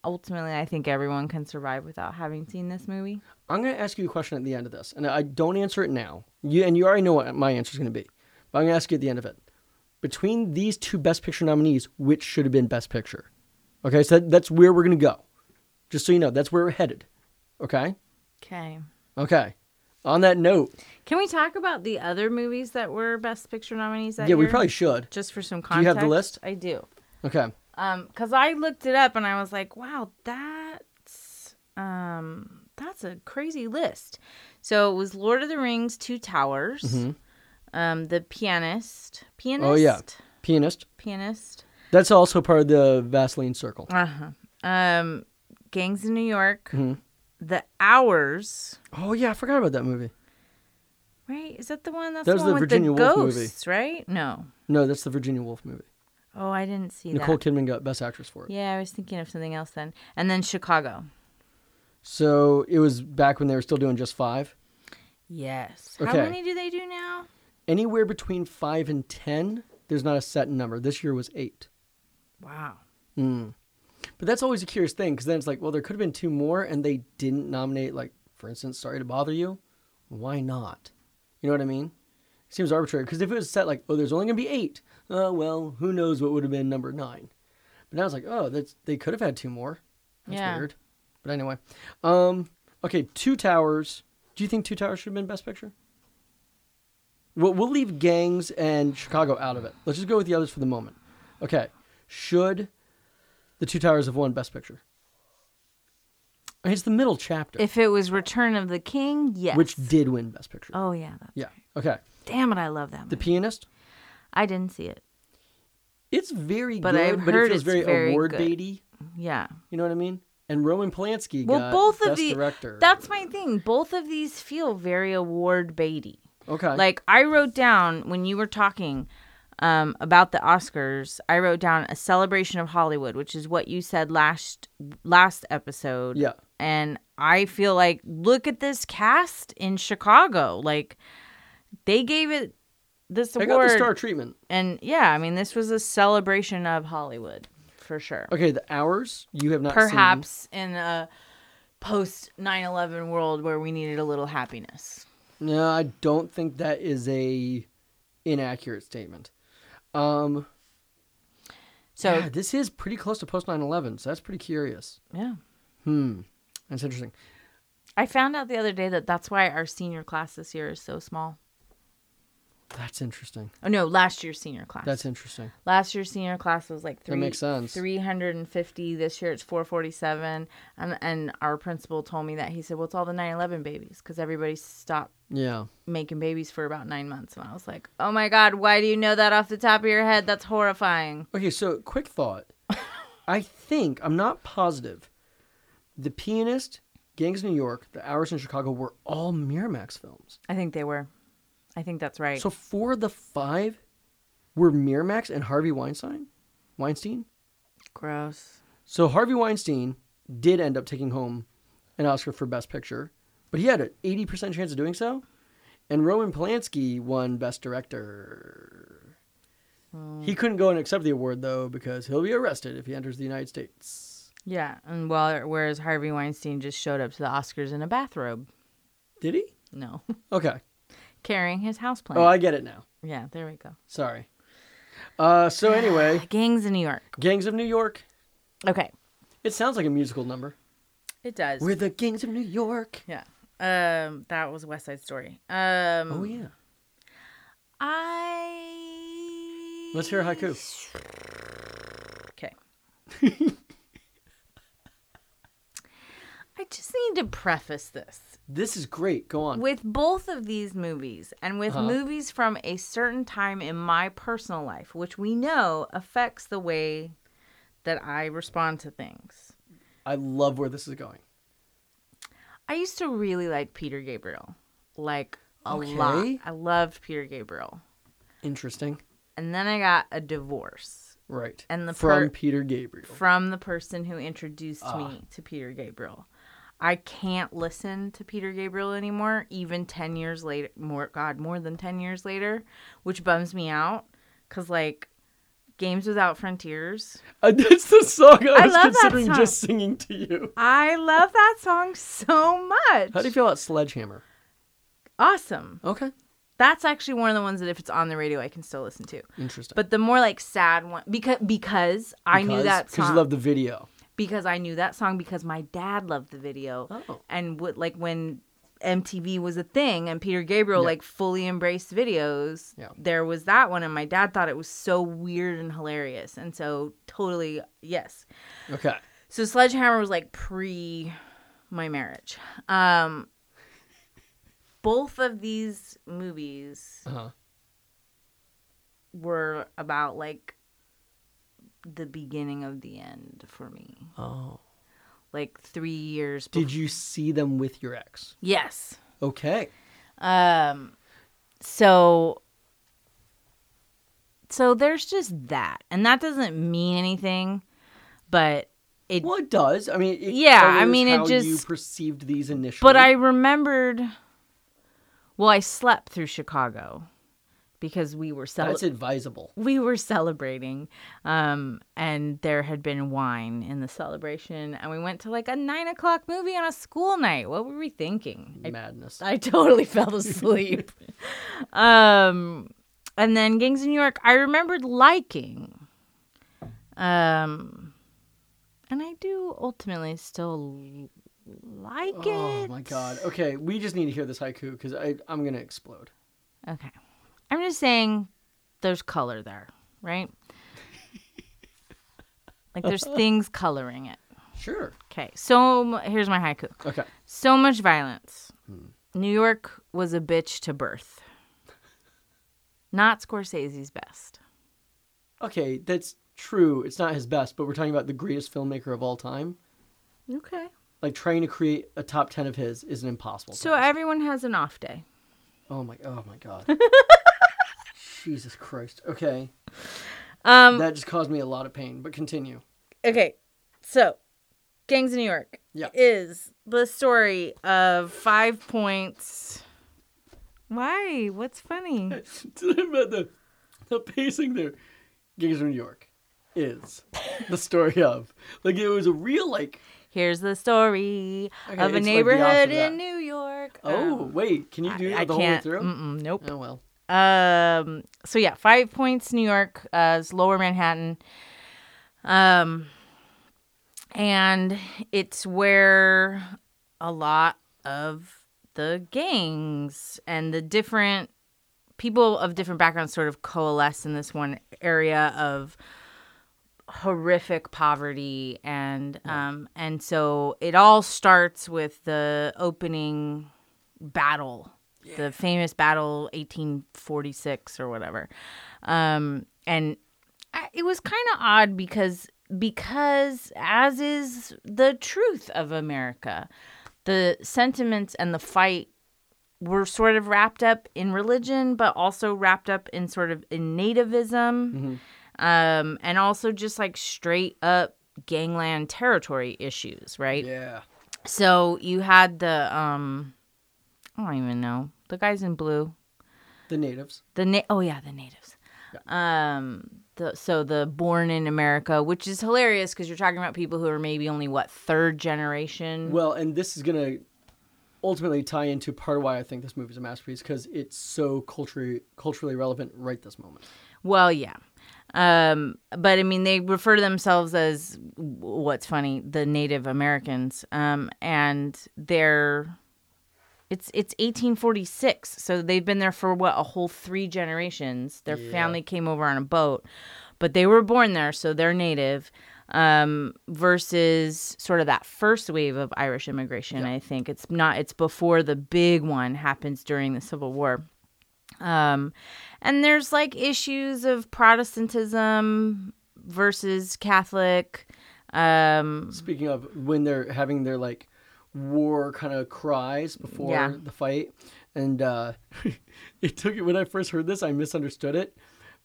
Ultimately, I think everyone can survive without having seen this movie. I'm going to ask you a question at the end of this, and I don't answer it now. You and you already know what my answer is going to be, but I'm going to ask you at the end of it. Between these two Best Picture nominees, which should have been Best Picture? Okay, so that, that's where we're going to go. Just so you know, that's where we're headed. Okay, Okay. okay. On that note, Can we talk about the other movies that were Best Picture nominees? That yeah, we year? probably should. just for some you context. have the list? I do. Okay, Um, cause I looked it up and I was like, wow, that's um, that's a crazy list. So it was Lord of the Rings, Two Towers, Mm-hmm. um, The Pianist, Pianist, Oh, yeah. pianist. Pianist, That's also part of the Vaseline circle. uh huh, um, Gangs in New York, Mm-hmm. The Hours, Oh yeah, I forgot about that movie. right? Is that the one? That's That the was one the with Virginia the Woolf movie. ghosts, right? No. No, that's the Virginia Woolf movie. Oh, I didn't see Nicole that. Kidman got Best Actress for it. Yeah, I was thinking of something else then. And then Chicago. So it was back when they were still doing just five. Yes. How Okay. many do they do now? anywhere between five and ten. There's not a set number. This year was eight. Wow. But that's always a curious thing because then it's like, well, there could have been two more, and they didn't nominate. Like, for instance, "Sorry to Bother You." Why not? You know what I mean? It seems arbitrary because if it was set like, oh, there's only gonna be eight. Oh well, who knows what would have been number nine? But now it's like, oh, that's they could have had two more. That's Yeah. weird. But anyway, um, okay, Two Towers. Do you think Two Towers should have been Best Picture? Well, we'll leave Gangs and Chicago out of it. Let's just go with the others for the moment. Okay, should the Two Towers have won Best Picture? It's the middle chapter, If it was Return of the King, yes. which did win Best Picture. Oh yeah. That, Yeah. Okay. damn it, I love that. The movie. Pianist. I didn't see it. It's very But good, I've but it heard feels it's very, very award good. baity. Yeah. You know what I mean? And Roman Polanski Well, got both best of the director. That's my thing. Both of these feel very award baity. okay. Like I wrote down when you were talking, um, about the Oscars, I wrote down a celebration of Hollywood, which is what you said last last episode. Yeah. And I feel like look at this cast in Chicago. Like they gave it this I got award. the star treatment. And yeah, I mean this was a celebration of Hollywood for sure. Okay, the hours you have not seen. Perhaps in a post 9/11 world where we needed a little happiness. No, I don't think that is a inaccurate statement. Um, So yeah, this is pretty close to post 9/11, so that's pretty curious. yeah. Hmm, that's interesting. I found out the other day that that's why our senior class this year is so small. That's interesting. Oh no, last year's senior class. That's interesting. last year's senior class was like three, That makes sense. 350. This year it's 447. And and our principal told me that he said, "Well, it's all the 9/11 babies because everybody stopped Yeah, making babies for about 9 months." And I was like, "Oh my god, why do you know that off the top of your head? That's horrifying." Okay, so quick thought. I think I'm not positive. The Pianist, Gangs of New York, The Hours in Chicago were all Miramax films. I think they were I think that's right. So four of the five were Miramax and Harvey Weinstein. Weinstein. gross. So Harvey Weinstein did end up taking home an Oscar for Best Picture, but he had an 80% chance of doing so. And Roman Polanski won Best Director. He couldn't go and accept the award though because he'll be arrested if he enters the United States. Yeah, and well, whereas Harvey Weinstein just showed up to the Oscars in a bathrobe. Did he? No. Okay. Carrying his houseplant. Oh, I get it now. yeah, there we go. Ah, Sorry. Uh, so anyway, Gangs in New York. Gangs of New York. Okay. It sounds like a musical number. It does. We're the Gangs of New York. yeah. Um, that was West Side Story. Um, Oh yeah. I. Let's hear a haiku. Okay. I just need to preface this This is great. Go on. with both of these movies and with Uh-huh. movies from a certain time in my personal life, which we know affects the way that I respond to things. I love where this is going. I used to really like Peter Gabriel, like a lot. Okay. I loved Peter Gabriel. Interesting. And then I got a divorce Right. And the from per- Peter Gabriel. from the person who introduced me to Peter Gabriel. I can't listen to Peter Gabriel anymore, even 10 years later, more, God, more than 10 years later, which bums me out. Cause like Games Without Frontiers, Uh, that's the song I I was love that considering song. just singing to you. I love that song so much. How do you feel about Sledgehammer? Awesome. Okay. That's actually one of the ones that if it's on the radio, I can still listen to. Interesting. But the more like sad one, because because I knew Because- that because song you love the video. because I knew that song because my dad loved the video Oh. and would like when MTV was a thing and Peter Gabriel Yeah. like fully embraced videos. Yeah. There was that one and my dad thought it was so weird and hilarious and so totally yes. Okay. So Sledgehammer was like pre my marriage. Um both of these movies Uh huh. were about like the beginning of the end for me. Oh. Like 3 years Did you see them with your ex? Yes. Okay. Um so so there's just that. And that doesn't mean anything, but it Well, it does. I mean, it Yeah, I colors mean, it how you just- perceived these initially. but I remembered well, I slept through Chicago because we were cel- that's advisable. we were celebrating um and there had been wine in the celebration and we went to like a nine o'clock movie on a school night what were we thinking I Madness. I totally fell asleep. um, and then Gangs of New York, I remembered liking. Um, and I do ultimately still like oh it. my god. Okay, we just need to hear this haiku because I I'm gonna explode. Okay. I'm just saying there's color there, right? like there's things coloring it. Sure. Okay. So m- here's my haiku. Okay. So much violence. Hmm. New York was a bitch to birth. Not Scorsese's best. Okay, that's true. It's not his best, but we're talking about the greatest filmmaker of all time. Okay. Like trying to create a top ten of his is an impossible. Oh So task. everyone has an off day. Oh my. Oh my god. Jesus Christ. Okay. Um, That just caused me a lot of pain, but continue. okay, so gangs in New York Yeah. is the story of five points. Why? What's funny? about the, the pacing there. Gangs of New York is the story of. Like, it was a real, like. Here's the story Okay, of it's a like the neighborhood opposite of in that. New York. Oh, Um, wait. Can you do I, I that the whole way can't. mm. through? Mm-mm, nope. Oh, well. Um. So yeah, Five Points, New York, uh, is Lower Manhattan. Um, and it's where a lot of the gangs and the different people of different backgrounds sort of coalesce in this one area of horrific poverty and um and so it all starts with the opening battle the famous battle 1846 or whatever um and I, it was kind of odd because because as is the truth of america the sentiments and the fight were sort of wrapped up in religion but also wrapped up in sort of in nativism um and also just like straight up gangland territory issues right Yeah. so you had the um I don't even know. The guys in blue. The natives. The na- oh yeah, the natives. Um the, so the born in America, which is hilarious because you're talking about people who are maybe only what third generation. Well, and this is gonna ultimately tie into part of why I think this movie is a masterpiece because it's so culturally culturally relevant right this moment. Well, yeah. Um, but I mean, they refer to themselves as w- what's funny, the Native Americans. Um, and they're it's it's 1846, so they've been there for what a whole three generations. Their family came over on a boat, but they were born there, so they're Native. Um, versus sort of that first wave of Irish immigration, I think it's not. It's before the big one happens during the Civil War. Um, and there's like issues of Protestantism versus Catholic. Um, Speaking of when they're having their like war kind of cries before Yeah. the fight, and uh, it took it when I first heard this, I misunderstood it.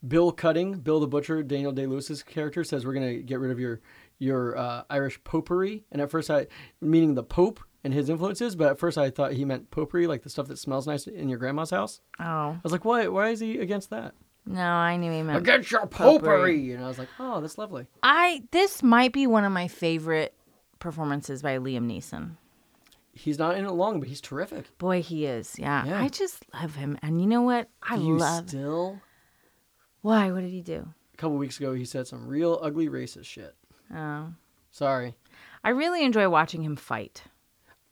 Bill Cutting, Bill the Butcher, Daniel Day Lewis's character says we're gonna get rid of your your uh, Irish popery, and at first I meaning the Pope and his influences, but at first I thought he meant popery, like the stuff that smells nice in your grandma's house. oh I was like, why? Why is he against that? no, I knew he meant. Against your popery, and I was like, oh, that's lovely. I this might be one of my favorite performances by Liam Neeson. He's not in it long, but he's terrific. Boy, he is. Yeah, Yeah. I just love him. And you know what? I you love. still. Why? What did he do? A couple weeks ago, he said some real ugly racist shit. Oh, Sorry. I really enjoy watching him fight.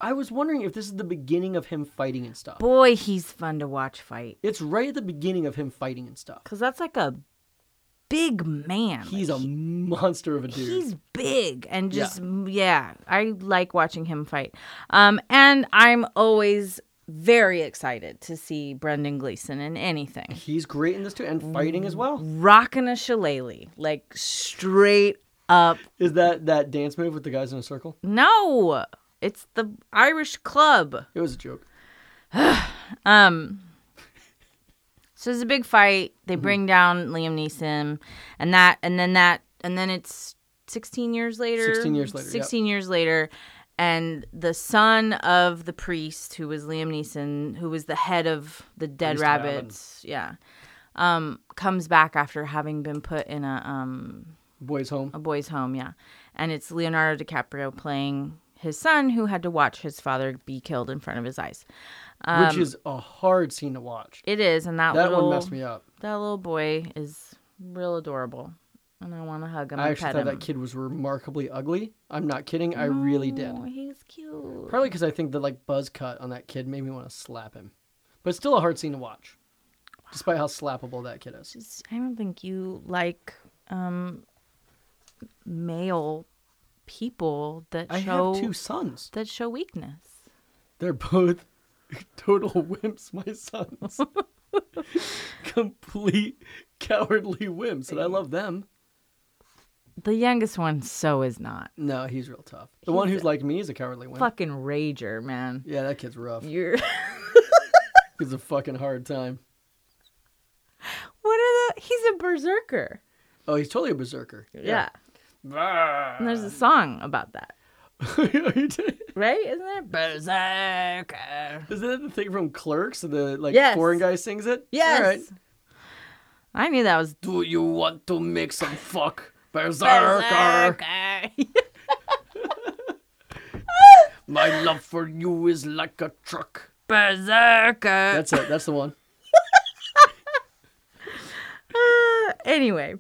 I was wondering if this is the beginning of him fighting and stuff. Boy, he's fun to watch fight It's right at the beginning of him fighting and stuff. because that's like a big man. He's a monster of a dude. He's big and Yeah. just yeah. I like watching him fight. Um, and I'm always very excited to see Brendan Gleeson in anything. He's great in this too, and fighting as Mm. well. Rocking a shillelagh, like straight up. Is that that dance move with the guys in a circle? No, it's the Irish club. It was a joke. Um. So there's a big fight. They Mm-hmm. bring down Liam Neeson, and that, and then that, and then it's 16 years later. 16 years later, yep. 16 years later, and the son of the priest, who was Liam Neeson, who was the head of the Dead Priest Tavern. Rabbits, yeah, um, comes back after having been put in a um Boys home. a boys' home, yeah. And it's Leonardo DiCaprio playing his son who had to watch his father be killed in front of his eyes. which is a hard scene to watch. It is, and that, That Um, little one messed me up. that little boy is real adorable, and I want to hug him. I and actually pet thought him. that kid was remarkably ugly. I'm not kidding. I really did. Oh, he's cute. Probably because I think the like buzz cut on that kid made me want to slap him. But it's still a hard scene to watch, despite how slappable that kid is. Just- I don't think you like um, male people that I show have two sons. that show weakness. They're both total wimps. My sons, complete cowardly wimps, and I love them. The youngest one so is not No, he's real tough. The one who's like me is a cowardly wimp. fucking rager, man. Yeah, that kid's rough. You're. He's a fucking hard time. What are the? He's a berserker. Oh, he's totally a berserker. Yeah. And there's a song about that, Isn't right? Isn't there? Berserker. that the thing from Clerks? The like Yes. foreign guy sings it. Yes. All right. I knew that was Do you want to make some fuck? Berserker. berserker. My love for you is like a truck. berserker. That's it. That's the one. Uh, anyway,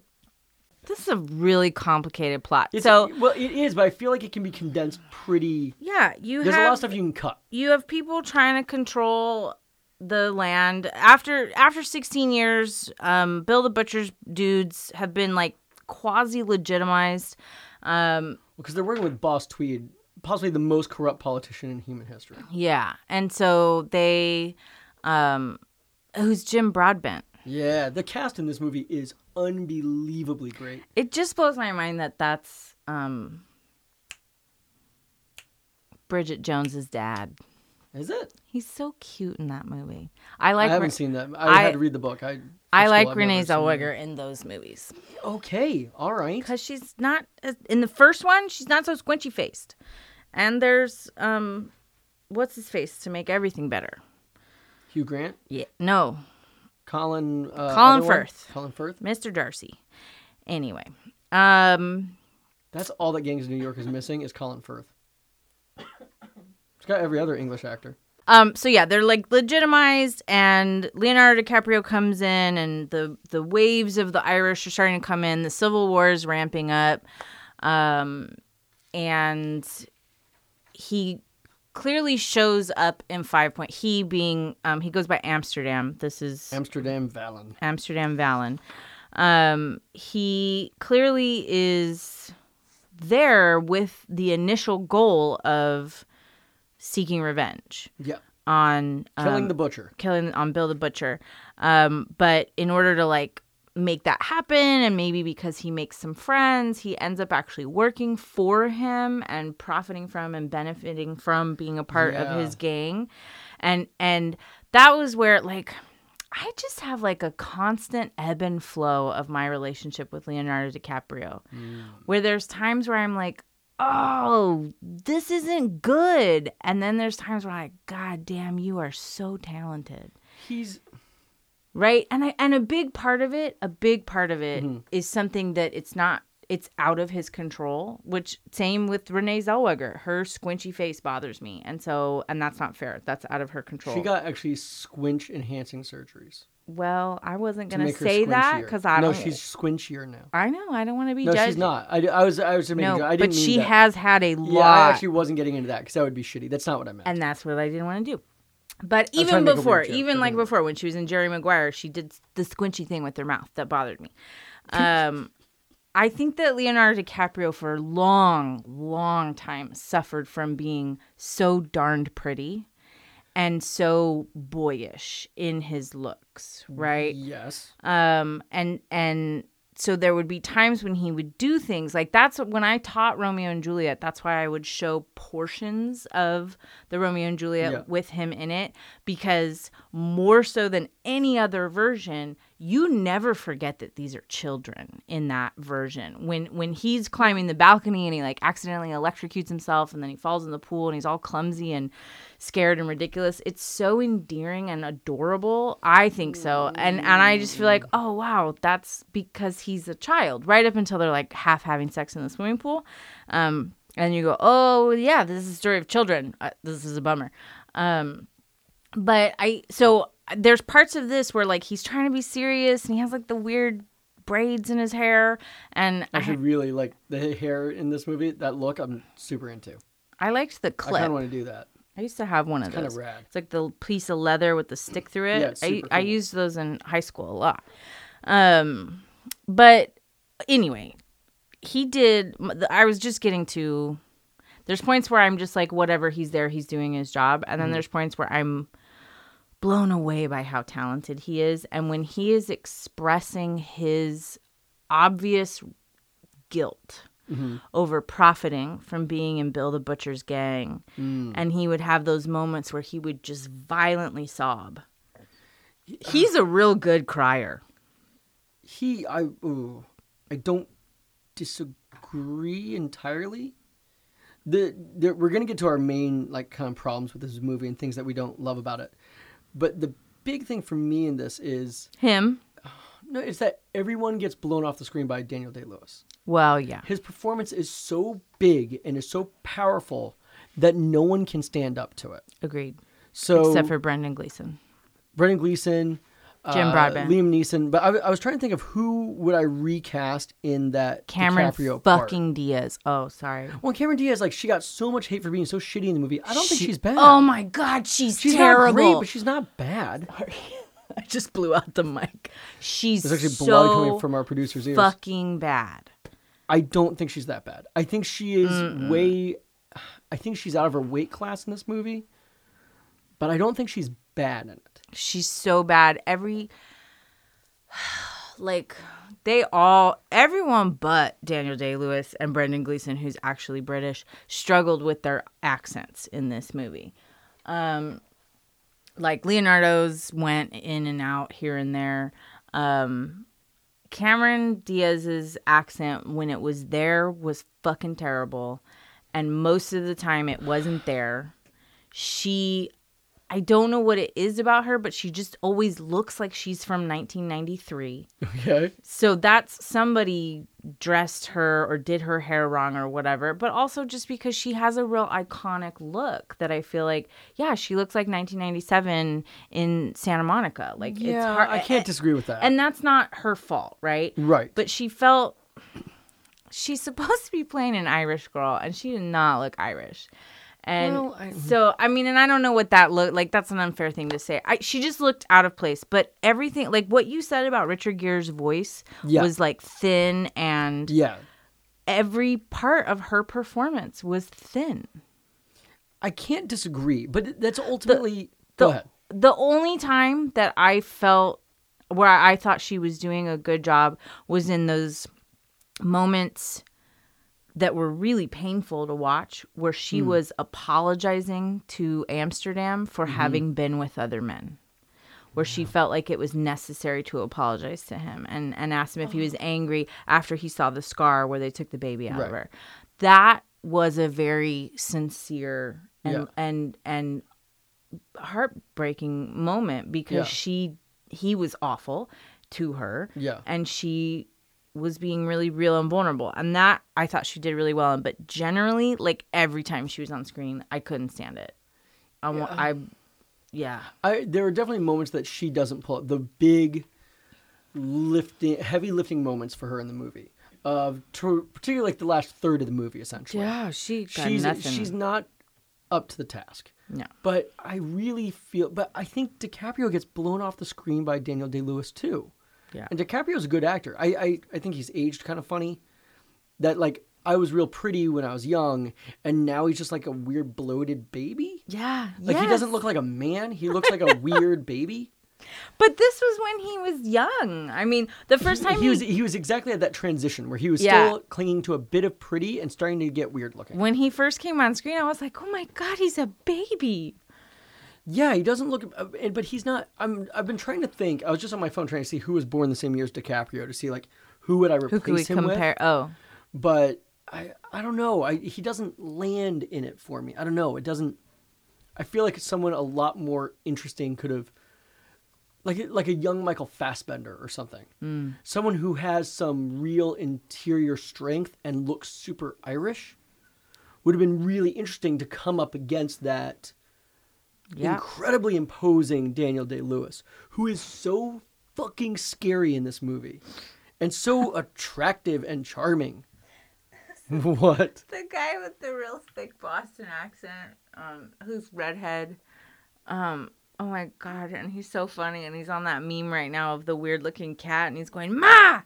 this is a really complicated plot. so e, well, it is, but I feel like it can be condensed pretty. yeah, you There's have a lot of stuff you can cut. you have people trying to control the land after after 16 years um bill the butcher's dudes have been like quasi legitimized um Because they're working with Boss Tweed, possibly the most corrupt politician in human history. yeah and so they um who's jim broadbent Yeah, the cast in this movie is unbelievably great. it just blows my mind that that's um bridget jones's dad Is it? he's so cute in that movie i I like haven't Re- seen that. I, I- had to read the book. I I for like school, I've renee never seen it. zellweger in those movies Okay, all right. because she's not as- in the first one she's not so squinchy faced and there's um what's his face to make everything better Hugh Grant, yeah no Colin, uh, Colin other one? Firth. Colin Firth. mr darcy anyway um That's all that Gangs of New York is missing is Colin Firth. It's got every other English actor. um so yeah they're like legitimized and leonardo dicaprio comes in and the the waves of the irish are starting to come in the civil war is ramping up um and he clearly shows up in five point he being um he goes by amsterdam this is Amsterdam Valen. Amsterdam Valen. Um, he clearly is there with the initial goal of seeking revenge Yeah, on um, killing the butcher. killing on Bill the Butcher. Um, but in order to like make that happen, and maybe because he makes some friends, he ends up actually working for him and profiting from and benefiting from being a part Yeah. of his gang. And and that was where like I just have like a constant ebb and flow of my relationship with Leonardo DiCaprio, where there's times where I'm like, oh, this isn't good. And then there's times where I'm like, God damn, you are so talented. He's Right. And I and a big part of it, a big part of it is Mm-hmm. something that it's not it's out of his control, which same with Renee Zellweger. Her squinchy face bothers me. And so and that's not fair. That's out of her control. she got actually squinch enhancing surgeries well, I wasn't to gonna make her say that squinchier. because I no, don't she's squinchier now. I know, I don't want to be No, judged. she's not. I, I was I was just making a No, joke. I didn't but mean she that. has had a Yeah, I lot actually wasn't getting into that because that would be shitty. That's not what I meant. and that's what I didn't want to do. But was trying even to make a before, weird joke, even but like anyway. before, when she was in Jerry Maguire, she did the squinchy thing with her mouth that bothered me. Um, I think that Leonardo DiCaprio, for a long, long time, suffered from being so darned pretty and so boyish in his looks, right? yes. um and and so there would be times when he would do things like that's when I taught Romeo and Juliet. That's why I would show portions of the Romeo and Juliet Yeah. with him in it because more so than any other version, you never forget that these are children in that version. When when he's climbing the balcony and he like accidentally electrocutes himself and then he falls in the pool and he's all clumsy and scared and ridiculous. It's so endearing and adorable. I think so. And and I just feel like, oh wow, that's because he's a child, right up until they're like half having sex in the swimming pool. Um, and you go, oh yeah, this is a story of children. Uh, this is a bummer. Um, but I so there's parts of this where like he's trying to be serious and he has like the weird braids in his hair and I, Actually, really like the hair in this movie. That look, I'm super into. I liked the I clip. kind I, of want to do that. used to have one of Kind those. of rad. It's like the piece of leather with the stick through it. Yeah, it's I, super I cool. used those in high school a lot. Um, but anyway, he did. I was just getting to. There's points where I'm just like, whatever, he's there, he's doing his job. And then Mm-hmm. there's points where I'm blown away by how talented he is. And when he is expressing his obvious guilt over profiting from being in Bill the Butcher's gang. Mm. And he would have those uh, moments where he would just violently sob. He's a real good crier. he I ooh, I don't disagree entirely. The, the we're gonna get to our main like kind of problems with this movie and things that we don't love about it, but the big thing for me in this is Him? no, it's that everyone gets blown off the screen by Daniel Day Lewis. Well, yeah. His performance is so big and is so powerful that no one can stand up to it. Agreed. So Except for Brendan Gleeson. Brendan Gleeson, Jim uh, Broadbent. Liam Neeson. But I, w- I was trying to think of who would I recast in that Cameron DiCaprio part. fucking Diaz. Oh, sorry. Well, Cameron Diaz, like she got so much hate for being so shitty in the movie. I don't think she's bad. Oh my God, she's, she's terrible. not great, but she's not bad. I just blew out the mic. She's There's actually so blood coming from our producer's ears. fucking bad. I don't think she's that bad. I think she is way. I think she's out of her weight class in this movie, but I don't think she's bad in it. She's so bad. Every like they all everyone but Daniel Day Lewis and Brendan Gleeson, who's actually British, struggled with their accents in this movie. Um like Leonardo's went in and out here and there. Um Cameron Diaz's accent when it was there was fucking terrible and most of the time it wasn't there. She I don't know what it is about her, but she just always looks like she's from 1993. Okay. So that's somebody dressed her or did her hair wrong or whatever, but also just because she has a real iconic look that I feel like, yeah, she looks like 1997 in Santa Monica. Like it's hard. I can't disagree with that. And that's not her fault, right? right. But she felt she's supposed to be playing an Irish girl, and she did not look Irish. And Well, I- so, I mean, and I don't know what that looked like. That's an unfair thing to say. I, she just looked out of place. But everything, like what you said about Richard Gere's voice, Yeah. was like thin, and yeah. every part of her performance was thin. I can't disagree, but that's ultimately. the, go ahead. The only time that I felt where I thought she was doing a good job was in those moments that were really painful to watch where she Hmm. was apologizing to Amsterdam for Mm-hmm. having been with other men. Where she felt like it was necessary to apologize to him and, and asked him if he Uh-huh. was angry after he saw the scar where they took the baby out of Right. her. That was a very sincere and Yeah. and and heartbreaking moment because Yeah. she he was awful to her Yeah. and she was being really real and vulnerable and that i thought she did really well in but generally like every time she was on screen i couldn't stand it i want i yeah I, there are definitely moments that she doesn't pull up. The big lifting, heavy lifting moments for her in the movie, of tr- particularly like the last third of the movie, essentially. she she's she's not up to the task. No. But I really feel. But I think DiCaprio gets blown off the screen by Daniel Day Lewis too. Yeah. And DiCaprio's a good actor. I, I I think he's aged kind of funny. That like I was real pretty when I was young, and now he's just like a weird bloated baby. yeah Like he doesn't look like a man. He looks like a weird baby. but this was when he was young i mean the first time he was e he was exactly at that transition where he was Yeah. still clinging to a bit of pretty and starting to get weird looking. when he first came on screen i was like oh my god he's a baby Yeah, he doesn't look, uh, and- but he's not. I'm. I've been trying to think. I was just on my phone trying to see who was born the same year as DiCaprio to see like who would I who replace could we him compare oh with. But I. I don't know. I he doesn't land in it for me. I don't know. It doesn't. I feel like someone a lot more interesting could have, like like a young Michael Fassbender or something. Someone who has some real interior strength and looks super Irish, would have been really interesting to come up against that yeah incredibly imposing Daniel Day Lewis, who is so fucking scary in this movie and so attractive and charming. What? the guy with the real thick Boston accent, um, who's redhead. Um, oh my god, and he's so funny, and he's on that meme right now of the weird looking cat, and he's going ma.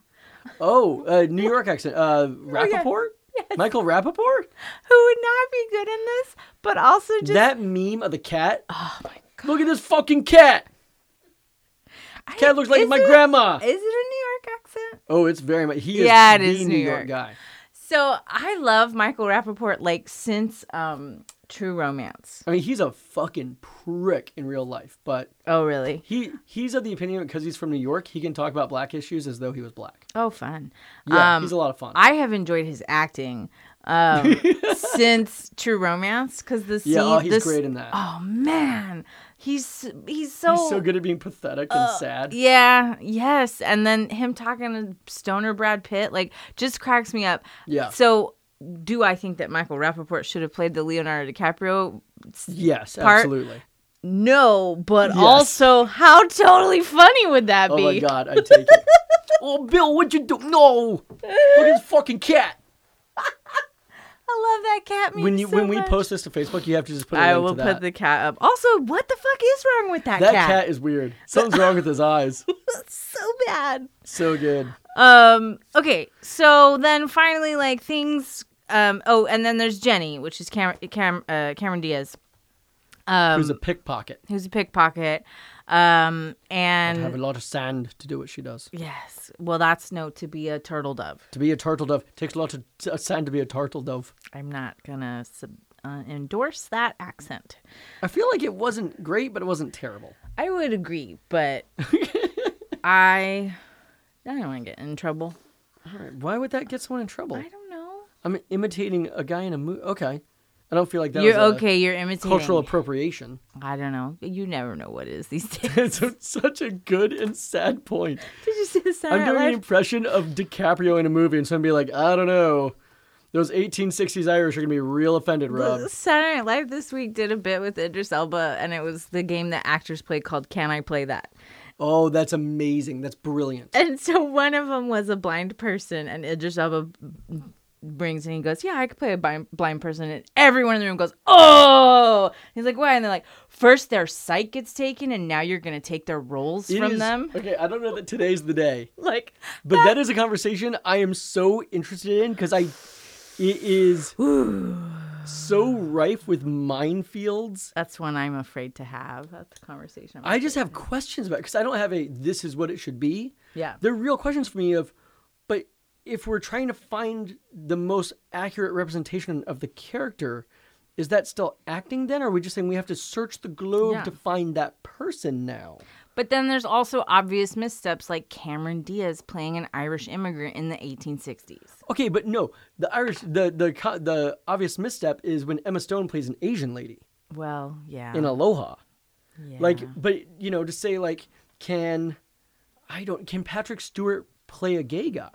Oh, uh, New York accent. Uh, Oh, Rappaport? Michael Rappaport? Who would not be good in this? But also just that meme of the cat. Oh my god. Look at this fucking cat. I- Cat looks like is my it- grandma. Is it a New York accent? oh, it's very much. He is Yeah, it the is New New York York. guy. So I love Michael Rappaport like since um True Romance. I mean, he's a fucking prick in real life, but Oh really? he he's of the opinion because he's from New York, he can talk about black issues as though he was black. Oh fun. Yeah, um, he's a lot of fun. I have enjoyed his acting um, since True Romance because the scene. yeah, oh, he's this- great in that. Oh man, he's he's so. he's so good at being pathetic and sad. Uh, Yeah. Yes. And then him talking to Stoner Brad Pitt, like, just cracks me up. Yeah. So, do I think that Michael Rappaport should have played the Leonardo DiCaprio? Yes, part- absolutely. No, but Yes. also, how totally funny would that Oh be? my god, I take it. oh, Bill, what'd you do? No, look at this fucking cat. I love that cat. Meme When you so when we much. post this to Facebook, you have to just put. A I link will to put that. the cat up. Also, what the fuck is wrong with that, That cat? cat is weird. Something's wrong with his eyes. so bad. So good. Um. Okay. So then finally, like things. Um. Oh, and then there's Jenny, which is Cam- Cam- uh, Cameron Diaz. Um, Who's a pickpocket? who's a pickpocket. Um, I have a and lot of sand to do what she does. yes, well, that's no to be a turtle dove. To be a turtle dove takes a lot of t- uh, sand to be a turtle dove. I'm not gonna sub- uh, endorse that accent. I feel like it wasn't great, but it wasn't terrible. I would agree, but I I don't want to get in trouble. All right, why would that get someone in trouble? I don't know. I'm imitating a guy in a movie. Okay, I don't feel like that. You're was a okay. You're imitating. Cultural appropriation. I don't know. You never know what it is these days. Did It's a- such a good and sad point. you see the Saturday I'm Night doing an Live? impression of DiCaprio in a movie, and somebody be like, I don't know. Those 1860s Irish are gonna be real offended, Rob. The Saturday Night Live this week did a bit with Idris Elba, and it was the game that actors play called "Can I Play That." Oh, that's amazing. That's brilliant. And so one of them was a blind person, and Idris Elba brings and he goes, "Yeah, I could play a blind, blind person." And everyone in the room goes, "Oh!" He's like, "Why?" And they're like, first their sight gets taken, and now you're gonna take their roles It from is- them." Okay, I don't know that today's the day, Like, but that is a conversation I am so interested in because I, it is so rife with minefields. that's one I'm afraid to have. That's a conversation. I just have questions about because I don't have a this is what it should be. Yeah. They're real questions for me of, but if we're trying to find the most accurate representation of the character, is that still acting then? Or are we just saying we have to search the globe Yeah. to find that person now? But then there's also obvious missteps, like Cameron Diaz playing an Irish immigrant in the 1860s. Okay, but no, the Irish, the the co- the obvious misstep is when Emma Stone plays an Asian lady Well, yeah. in Aloha. Ah. yeah. Like, but you know, to say like, can I don't can Patrick Stewart play a gay guy?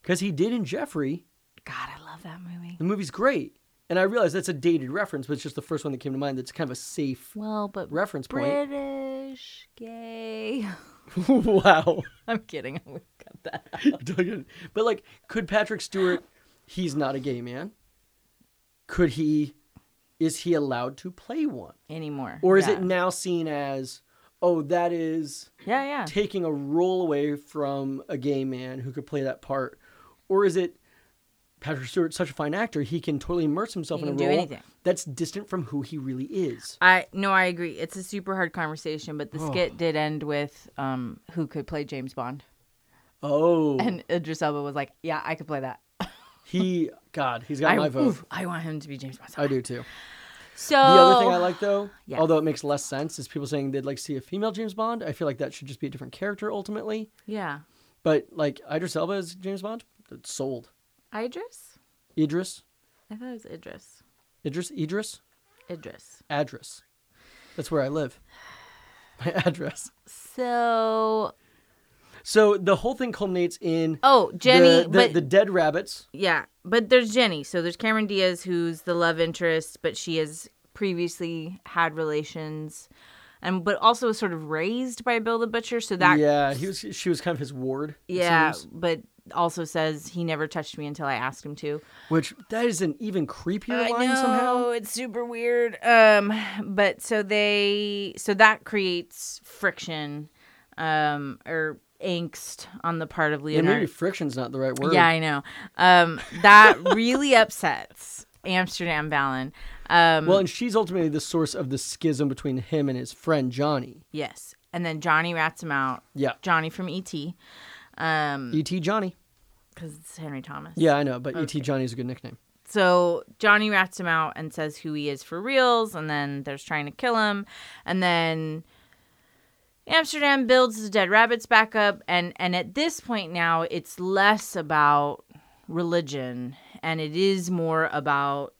Because he did in Jeffrey. God, I love that movie. The movie's great, and I realize that's a dated reference, but it's just the first one that came to mind. That's kind of a safe Well, but reference point. British gay. wow. I'm kidding. I would cut that. out. but like, could Patrick Stewart? He's not a gay man. Could he? Is he allowed to play one? Anymore. Or is yeah. it now seen as, oh, that is Yeah, yeah. taking a role away from a gay man who could play that part? Or is it Patrick Stewart's such a fine actor, he can totally immerse himself He in a can do role anything. that's distant from who he really is? I no, I agree. It's a super hard conversation, but the skit did end with um, who could play James Bond, Oh, and Idris Elba was like, "Yeah, I could play that." he, God, he's got I, my vote. oof, I want him to be James Bond. I do too. So The other thing I like though, Oh. Yeah. although it makes less sense, is people saying they'd like to see a female James Bond. I feel like that should just be a different character ultimately. yeah, But like Idris Elba as James Bond, it's sold. Idris. Idris, I thought it was Idris. Idris, Idris. Idris. address. That's where I live. My address. So So the whole thing culminates in oh, Jenny, the, the, but the dead rabbits. yeah, but there's Jenny. So there's Cameron Diaz, who's the love interest, but she has previously had relations, and but also was sort of raised by Bill the Butcher. So that yeah, he was. She was kind of his ward. it yeah, seems. but also says he never touched me until I asked him to. which that is an even creepier I line know somehow. it's super weird. Um, but so they so that creates friction, um, or angst on the part of And Leonardo. maybe friction's not the right word. Yeah, I know. Um, that really upsets Amsterdam Valen. Um, Well, and she's ultimately the source of the schism between him and his friend Johnny. yes, and then Johnny rats him out. Yeah. Johnny from ET. Um, E.T. E Johnny. because it's Henry Thomas. Yeah, I know, but Okay. E.T. Johnny is a good nickname. So Johnny rats him out and says who he is for reals, and then there's trying to kill him, and then Amsterdam builds the dead rabbits back up, and and at this point now it's less about religion and it is more about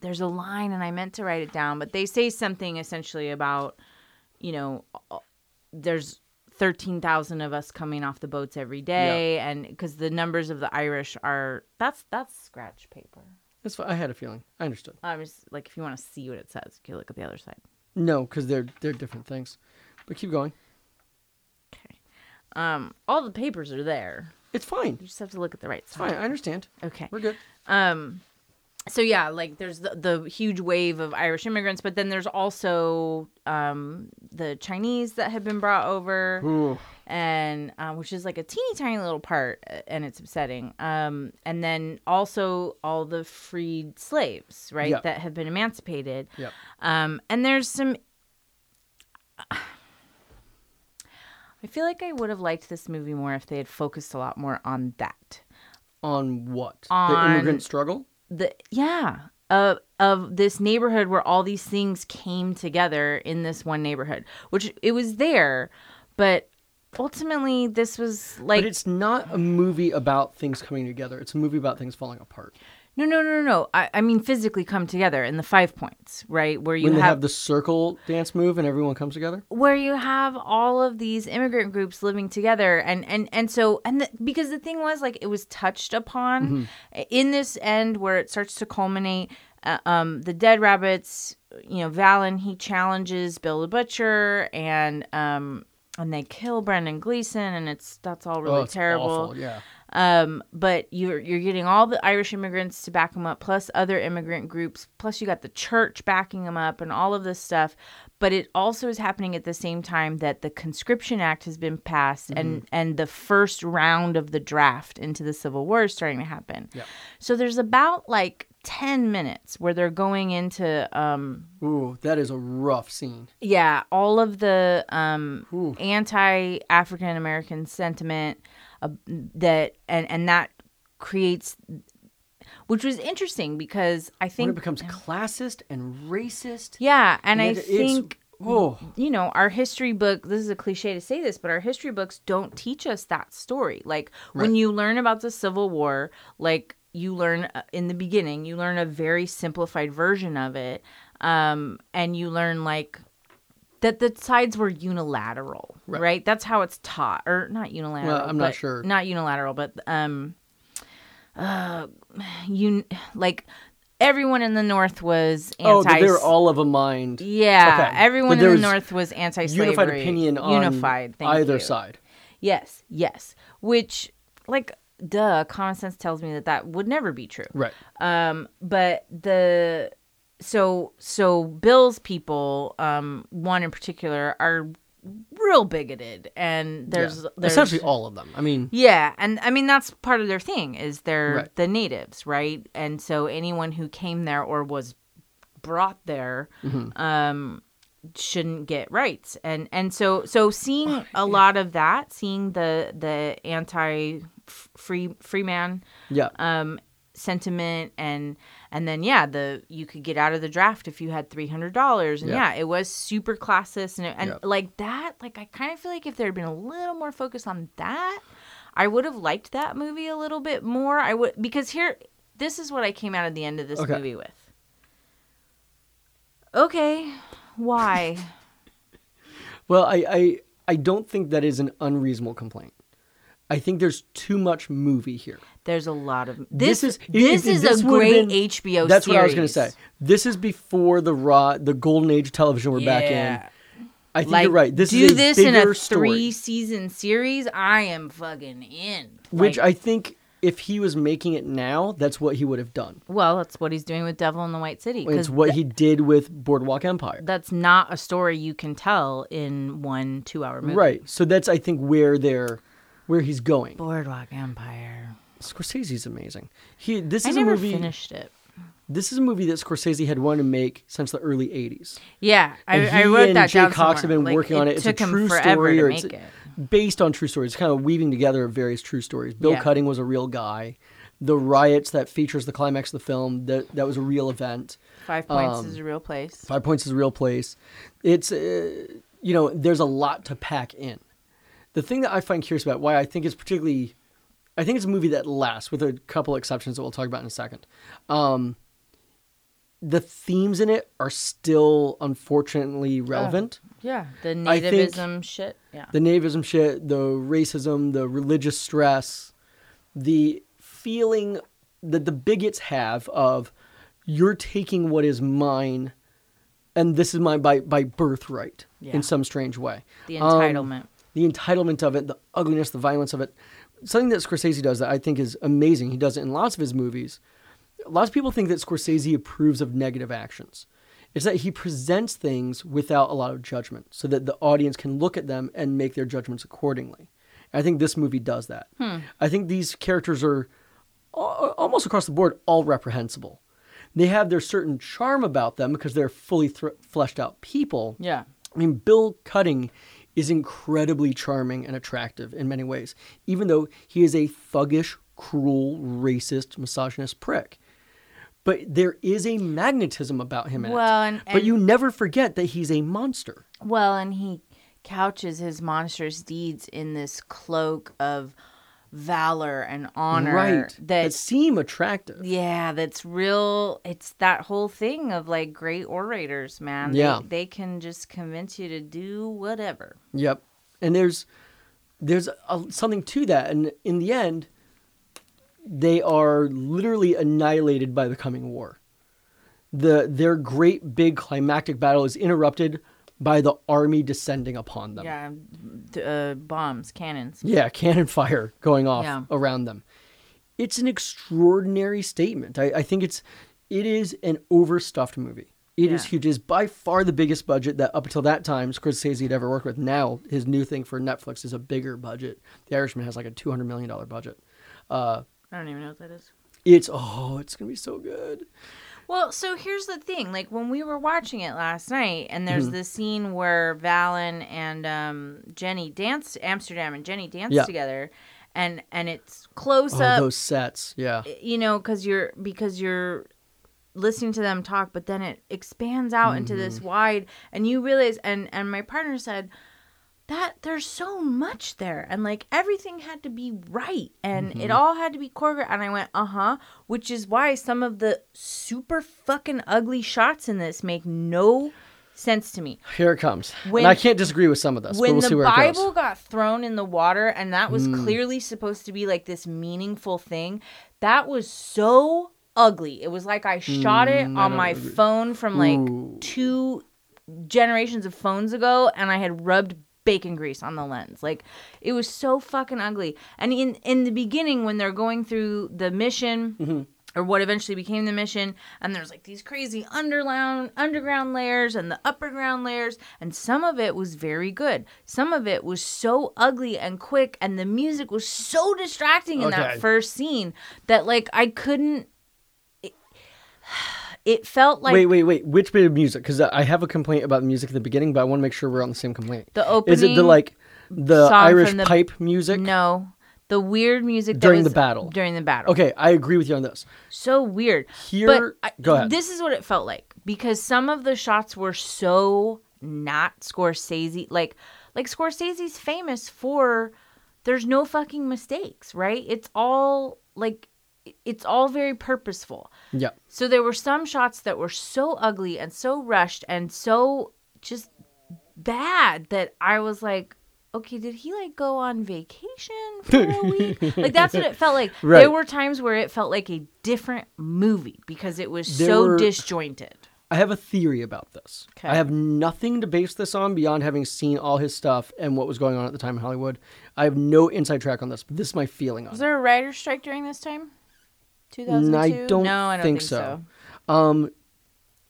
there's a line and I meant to write it down, but they say something essentially about you know there's 13,000 of us coming off the boats every day and cuz the numbers of the Irish are that's that's scratch paper. That's fine. I had a feeling. I understood. I was like if you want to see what it says, you can look at the other side. No, because they're they're different things. But keep going. Okay. Um all the papers are there. It's fine. You just have to look at the right It's fine. side. I understand. Okay. We're good. Um, so yeah, like there's the, the huge wave of Irish immigrants, but then there's also um, the Chinese that have been brought over, Ooh. and um, which is like a teeny tiny little part, uh, and it's upsetting. Um, and then also all the freed slaves, right, Yep. that have been emancipated. Yep. Um, and there's some. I feel like I would have liked this movie more if they had focused a lot more on that. On what? On- The immigrant struggle? the yeah of of this neighborhood where all these things came together in this one neighborhood, which it was there, but ultimately this was like but it's not a movie about things coming together. It's a movie about things falling apart. no no no no no. I, I mean physically come together in the five points right where you when they have have the circle dance move and everyone comes together? where you have all of these immigrant groups living together and and and so and the, because the thing was like it was touched upon Mm-hmm. in this end where it starts to culminate uh, um the dead rabbits you know Valen he challenges Bill the butcher and um and they kill Brendan Gleeson and it's that's all really oh, it's terrible Awful. Yeah. um, but you're you're getting all the Irish immigrants to back them up, plus other immigrant groups, plus you got the church backing them up, and all of this stuff. But it also is happening at the same time that the conscription act has been passed, and and the first round of the draft into the Civil War is starting to happen. Yeah. So there's about like ten minutes where they're going into um, Ooh, that is a rough scene. yeah, all of the um, Ooh. anti African American sentiment uh, that and and that creates, which was interesting because I When think it becomes classist and racist. yeah, and I it- it's- oh, think Whoa. you know our history book. This is a cliche to say this, but our history books don't teach us that story. Like when Right. you learn about the Civil War, like you learn uh, in the beginning, you learn a very simplified version of it, um, and you learn like that the sides were unilateral, right? Right. That's how it's taught, or not unilateral. Well, I'm not but- sure. Not unilateral, but um, uh, you like everyone in the North was anti. Oh, that they're all of a mind. Yeah, Okay. But everyone there in the was North was anti-slavery. Unified opinion on unified. thank either you. side. Yes, yes. Which, like, duh, common sense tells me that that would never be true. Right. Um, but the so so Bill's people, um, one in particular, are real bigoted, and there's, yeah. there's essentially all of them. I mean, yeah, and I mean that's part of their thing is they're Right. the natives, right? And so anyone who came there or was brought there Mm-hmm. um shouldn't get rights. And and so so seeing a lot of that, seeing the the anti free free man yeah. um sentiment and and then yeah the you could get out of the draft if you had $300 and Yeah. yeah, it was super classist and, it- and Yeah. like that like i kind of feel like if there had been a little more focus on that i would have liked that movie a little bit more i would because here this is what i came out of the end of this Okay. movie with okay why Well, I, I I don't think that is an unreasonable complaint. I think there's too much movie here. there's a lot of this, This is is- this if- if is this a would've great been- hbo That's series. what I was gonna say. This is before the raw, the golden age of television we're back Yeah. in. I think you're right. This do is a this in bigger a story, three season series. I am fucking in. which Like, I think if he was making it now, that's what he would have done. well, that's what he's doing with Devil in the White City. It's Because what he did with Boardwalk Empire. that's not a story you can tell in one two hour movie. Right. So that's I think where they're where he's going. Boardwalk Empire. Scorsese's amazing. He this I is never a movie finished it. this is a movie that Scorsese had wanted to make since the early 80s. Yeah, I, And I he wrote and that Jay down. Cox have somewhere. been Like, working on it. It's a took him true forever story, to or make it's- it. based on true stories. It's kind of weaving together of various true stories. Bill Yeah. Cutting was a real guy. The riots that features the climax of the film that that was a real event. Five Points um, is a real place. Five Points is a real place. It's uh, you know there's a lot to pack in. The thing that I find curious about why I think it's particularly, I think it's a movie that lasts with a couple exceptions that we'll talk about in a second. Um, the themes in it are still unfortunately relevant. Yeah, the I think- nativism shit. Yeah. The nativism shit, the racism, the religious stress, the feeling that the bigots have of you're taking what is mine and this is my by, by birthright Yeah. in some strange way. The Um, entitlement. the entitlement of it, the ugliness, the violence of it. Something that Scorsese does that I think is amazing. He does it in lots of his movies. Lots of people think that Scorsese approves of negative actions. It's that he presents things without a lot of judgment so that the audience can look at them and make their judgments accordingly. I think this movie does that. I think these characters are al- almost across the board all reprehensible. They have their certain charm about them because they're fully thr fleshed out people. yeah. I mean, Bill Cutting is incredibly charming and attractive in many ways, even though he is a thuggish, cruel, racist, misogynist prick. But there is a magnetism about him in Well, it. and- but you never forget that he's a monster. Well, and he couches his monstrous deeds in this cloak of valor and honor. Right. That That seem attractive. yeah, that's real. It's that whole thing of like great orators, man. They- Yeah. They, can just convince you to do whatever. Yep. And there's there's a, something to that and in the end they are literally annihilated by the coming war. The their great big climactic battle is interrupted by the army descending upon them. Yeah. th- Uh, bombs, cannons. Yeah, cannon fire going off Yeah. around them. It's an extraordinary statement. I, I think it's it is an overstuffed movie. It is Yeah. huge. It is by far the biggest budget that up until that time Scorsese had ever worked with. Now his new thing for Netflix is a bigger budget. The Irishman has like a two hundred million dollar budget. Uh, I don't even know what that is. it's oh, it's gonna be so good. Well, so here's the thing. Like when we were watching it last night, and there's Mm-hmm. this scene where Valen and um, Jenny dance Amsterdam, and Jenny dance Yeah. together, and and it's close Oh, up, those sets, yeah. you know, because you're because you're listening to them talk, but then it expands out into this wide, and you realize. And and my partner said that there's so much there, and like everything had to be right, and it all had to be choreographed. And I went, uh huh, which is why some of the super fucking ugly shots in this make no sense to me Here it comes. When- and I can't disagree with some of this, but when we'll see the where it Bible goes. Mm. got thrown in the water, and that was clearly supposed to be like this meaningful thing, that was so ugly. It was like I shot it Mm, on my phone from like two generations of phones ago, and I had rubbed bacon grease on the lens. Like it was so fucking ugly. And in in the beginning, when they're going through the mission. Or what eventually became the mission, and there's like these crazy underground underground layers and the upper ground layers, and some of it was very good. Some of it was so ugly and quick, and the music was so distracting in that Okay. first scene that like I couldn't. It, it felt like wait, wait, wait. Which bit of music? Because I have a complaint about the music at the beginning, but I want to make sure we're on the same complaint. the opening. Is it the like the song Irish from the- pipe music? No, the weird music that During was the battle. During the battle. Okay, I agree with you on this. so weird. Here- but I- go ahead. This is what it felt like because some of the shots were so not Scorsese. Like, like Scorsese's famous for there's no fucking mistakes, right? It's all like it's all very purposeful. Yeah. So there were some shots that were so ugly and so rushed and so just bad that I was like, okay, did he like go on vacation for a week? like that's what it felt like. Right. There were times where it felt like a different movie because it was There so were- disjointed. I have a theory about this. Okay. I have nothing to base this on beyond having seen all his stuff and what was going on at the time in Hollywood. I have no inside track on this, but this is my feeling on Was it. there a writer's strike during this time? And 2002? I don't, no, I don't think, so. Um,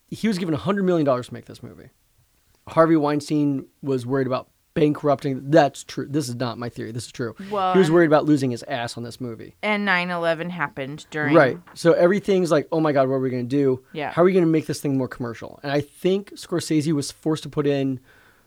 he was given $100 million to make this movie. Harvey Weinstein was worried about bankrupting. That's true. This is not my theory. This is true. Well, he was and- worried about losing his ass on this movie. And 9/11 happened during Right. So everything's like, oh my God, what are we going to do? Yeah. How are we going to make this thing more commercial? And I think Scorsese was forced to put in,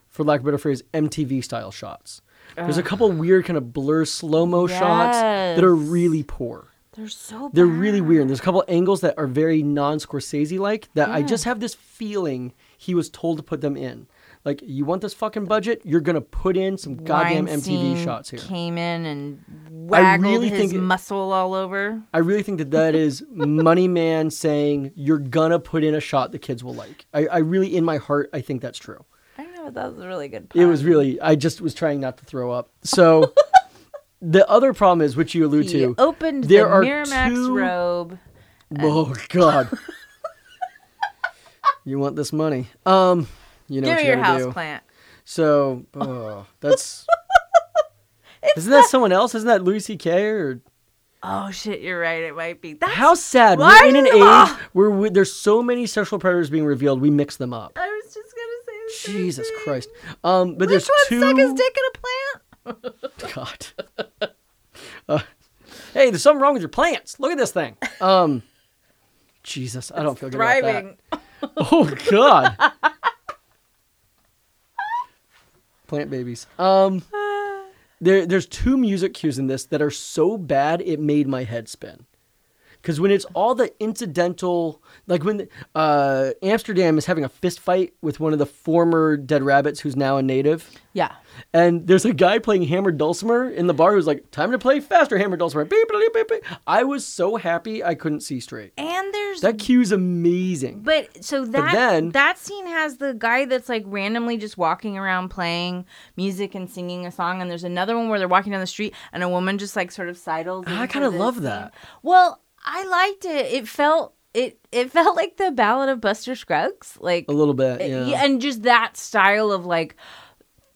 for lack of a better phrase, MTV style shots. There's a couple weird kind of blur slow mo shots that are Yes. really poor. They're so They're bad. really weird. And there's a couple angles that are very non Scorsese like that I just have this feeling he was told to put them in. Like, you want this fucking budget? You're going to put in some goddamn MTV Weinstein shots here. Came in and waggled really his think it- muscle all over. I really think that that is Money Man saying, you're going to put in a shot the kids will like. I, I really, in my heart, I think that's true. I know that was a really good. It was really, I just was trying not to throw up. So, the other problem is, which you allude He to. opened There the are Miramax two- robe. Oh God. you want this money? Um, you know Give what me you your gotta house do. plant. So, oh, that's. Isn't that someone else? Isn't that Louis C.K. or Oh shit, you're right. It might be. That's how sad Why we're in an is it- age where we, there's so many sexual predators being revealed. We mix them up. I was just gonna say. the same Jesus thing. Christ. Um, but Which there's one two. suck his dick in a plant? God. Uh, hey, there's something wrong with your plants. Look at this thing. Um, Jesus, I don't feel good about that. Thriving. Oh God. Plant babies. Um, there, there's two music cues in this that are so bad it made my head spin. Because when it's all the incidental, like when uh, Amsterdam is having a fist fight with one of the former Dead Rabbits, who's now a native, Yeah. and there's a guy playing hammer dulcimer in the bar who's like, "Time to play faster, hammer dulcimer." Beep, beep, beep, beep. I was so happy I couldn't see straight. And there's That cue's amazing. But so that then- that scene has the guy that's like randomly just walking around playing music and singing a song, and there's another one where they're walking down the street and a woman just like sort of sidles. Ah, I into kinda the love scene. that. Well, I liked it. It felt it it felt like the Ballad of Buster Scruggs, like A little bit, it- yeah. Eh, and just that style of like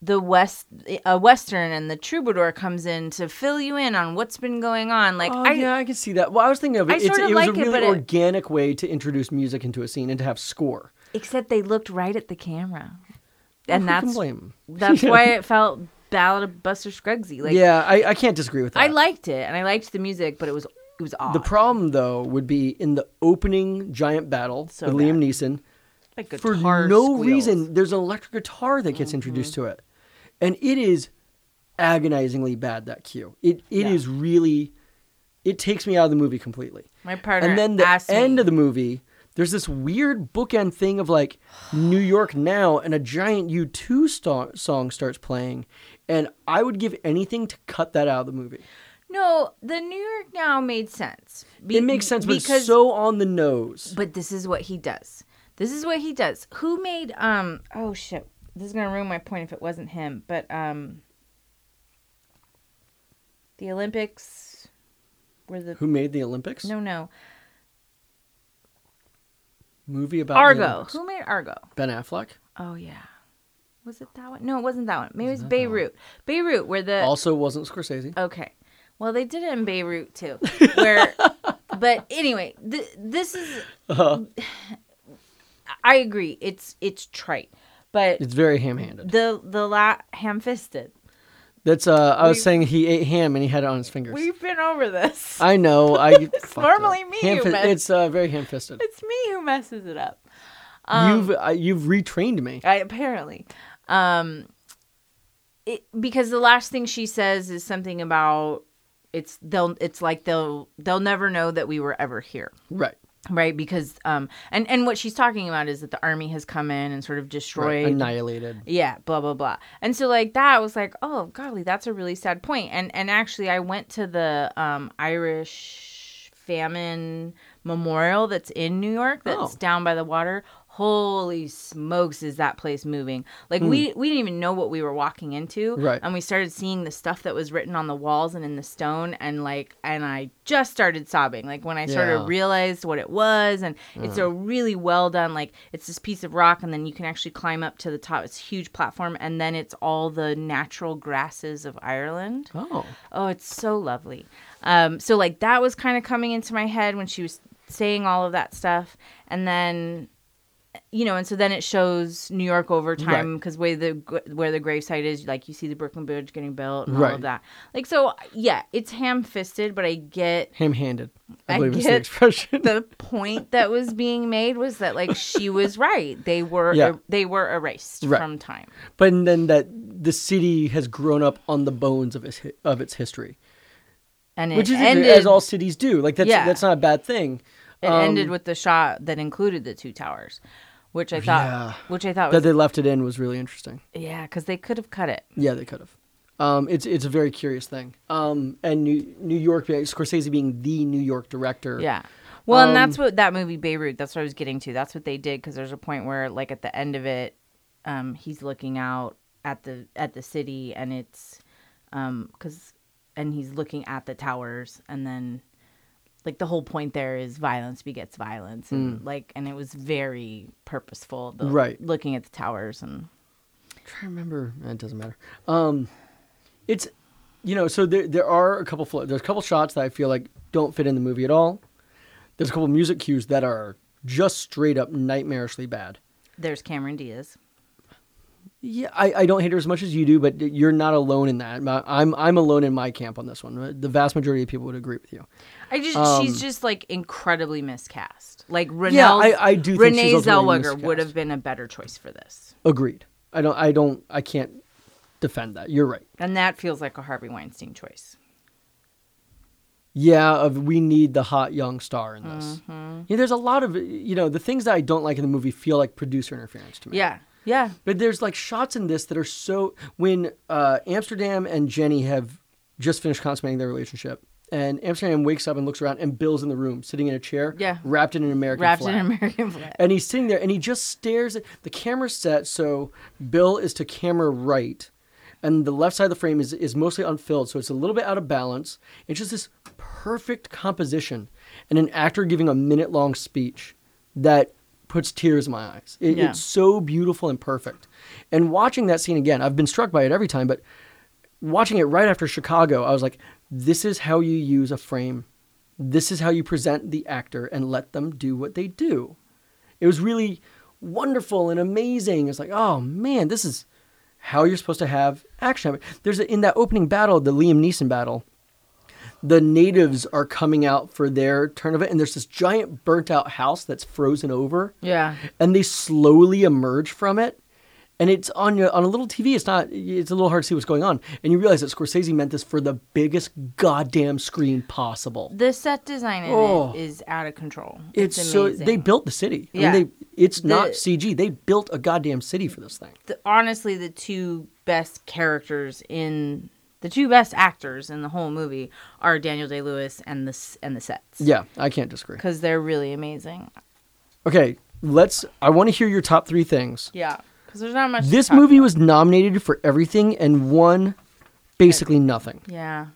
the west a western and the troubadour comes in to fill you in on what's been going on. Like Oh, I yeah, I can see that. Well, I was thinking of I it. It's, sort of it was like a it, really but it- organic way to introduce music into a scene and to have score. Oh, except they looked right at the camera, and Who can that's blame 'em? That's why it felt Ballad of Buster Scruggsy. Like yeah, I, I can't disagree with that. I liked it and I liked the music, but it was it was odd. the problem though would be in the opening giant battle So with bad. Liam Neeson. like For guitar no squeals. Mm-hmm. reason, there's an electric guitar that gets introduced to it, and it is agonizingly bad. That cue. It it is Yeah. really. It takes me out of the movie completely. My partner and then the asked end me, of the movie there's this weird bookend thing of like new york now and a giant u2 sto- song starts playing and i would give anything to cut that out of the movie No, the New York now made sense. Be- it makes sense but because it's so on the nose but this is what he does. This is what he does. Who made um oh shit. This is gonna ruin my point if it wasn't him, but um the Olympics were the who made the olympics no no movie about the Argo. Olympics. Who made Argo? ben affleck Oh yeah. Was it that one? No, it wasn't that one. Maybe it's Beirut. Beirut, where the also wasn't scorsese okay. Well, they did it in Beirut too. Where, but anyway, th- this is. Uh-huh. I agree. It's it's trite, but it's very ham-handed the the la ham fisted. that's uh i was We- saying he ate ham and he had it on his fingers We've been over this. i know i it's normally me who mess- it's uh, very ham-fisted it's um, me who messes it up. you've uh, you've retrained me I apparently. Um it, because the last thing she says is something about it's they'll it's like they'll they'll never know that we were ever here. right Right? Because um and and what she's talking about is that the army has come in and sort of right. destroyed annihilated yeah, blah blah blah. And so like that was like, oh golly, that's a really sad point. And and actually I went to the um Irish famine memorial that's in New York that's Oh. down by the water. Holy smokes is that place moving. Like we we didn't even know what we were walking into. Hmm. Right. And we started seeing the stuff that was written on the walls and in the stone and like and I just started sobbing. Like when I sort Yeah. Mm. of realized what it was and it's a really well done like it's this piece of rock and then you can actually climb up to the top it's a huge platform and then it's all the natural grasses of ireland oh oh it's so lovely um, so like that was kind of coming into my head when she was saying all of that stuff and then you know, and so then it shows New York over time because way the g- where the gravesite is, like you see the Brooklyn Bridge getting built and all Right. of that. Like so, yeah, it's ham-fisted, but I get Ham-handed. I, I believe it's the get expression. the point that was being made was that like she was right. They were er, Yeah. they were erased Right. from time. but then that the city has grown up on the bones of its hi- of its history, And it which is ended as all cities do. Like that's Yeah. that's not a bad thing. it um, ended with the shot that included the two towers, which I thought Yeah. which I thought That was they left it in was really interesting. yeah, because they could have cut it. Yeah, they could have. Um, it's it's a very curious thing. Um, and New, New York, Scorsese being the New York director. Yeah. Well, and Um, that's what that movie Beirut. That's what I was getting to. That's what they did because there's a point where, like, at the end of it, um, he's looking out at the at the city, and it's um, cause, and he's looking at the towers, and then, like, the whole point there is violence begets violence, and like, and it was very purposeful. The, Mm. Right. Looking at the towers, and I remember. eh, It doesn't matter. Um, it's, you know, so there there are a couple flo- there's a couple shots that I feel like don't fit in the movie at all. There's a couple music cues that are just straight up nightmarishly bad. there's Cameron Diaz. Yeah, I, I don't hate her as much as you do, but you're not alone in that. My- I'm I'm alone in my camp on this one. The vast majority of people would agree with you. I just she's just like incredibly miscast. Like Renee, Um, I- I do think Renee she's ultimately Zellweger would miscast. have been a better choice for this. Agreed. I don't I don't I can't defend that. You're right. And that feels like a Harvey Weinstein choice. Yeah, of we need the hot young star in this. Mm-hmm. Yeah, there's a lot of you know the things that I don't like in the movie feel like producer interference to me. Yeah. Yeah. But there's like shots in this that are so when uh, Amsterdam and Jenny have just finished consummating their relationship, and Amsterdam wakes up and looks around, and Bill's in the room sitting in a chair, Yeah. wrapped in an American Wrapped flag. in an American flag. and he's sitting there, and he just stares. at The camera's set, so Bill is to camera right, and the left side of the frame is is mostly unfilled, so it's a little bit out of balance. It's just this perfect composition, and an actor giving a minute long speech that puts tears in my eyes. It, Yeah. It's so beautiful and perfect. And watching that scene again, I've been struck by it every time, but watching it right after Chicago, I was like, this is how you use a frame. This is how you present the actor and let them do what they do. It was really wonderful and amazing. It's like, oh man, this is how you're supposed to have action. happen. There's a, in that opening battle, the Liam Neeson battle, the natives are coming out for their turn of it, and there's this giant burnt out house that's frozen over Yeah. and they slowly emerge from it. And it's on your, on a little TV. It's not. It's a little hard to see what's going on. And you realize that Scorsese meant this for the biggest goddamn screen possible. The set design in Oh. it is out of control. It's, so amazing. they built the city. I Yeah. mean, they, it's not The- CG. They built a goddamn city for this thing. the, honestly the two best characters in the two best actors in the whole movie are Daniel Day Lewis and the s- and the sets Yeah, I can't disagree. because they're really amazing. Okay, let's. I want to hear your top three things. Yeah, because there's not much. to This talk movie about. was nominated for everything and won basically nothing. Yeah,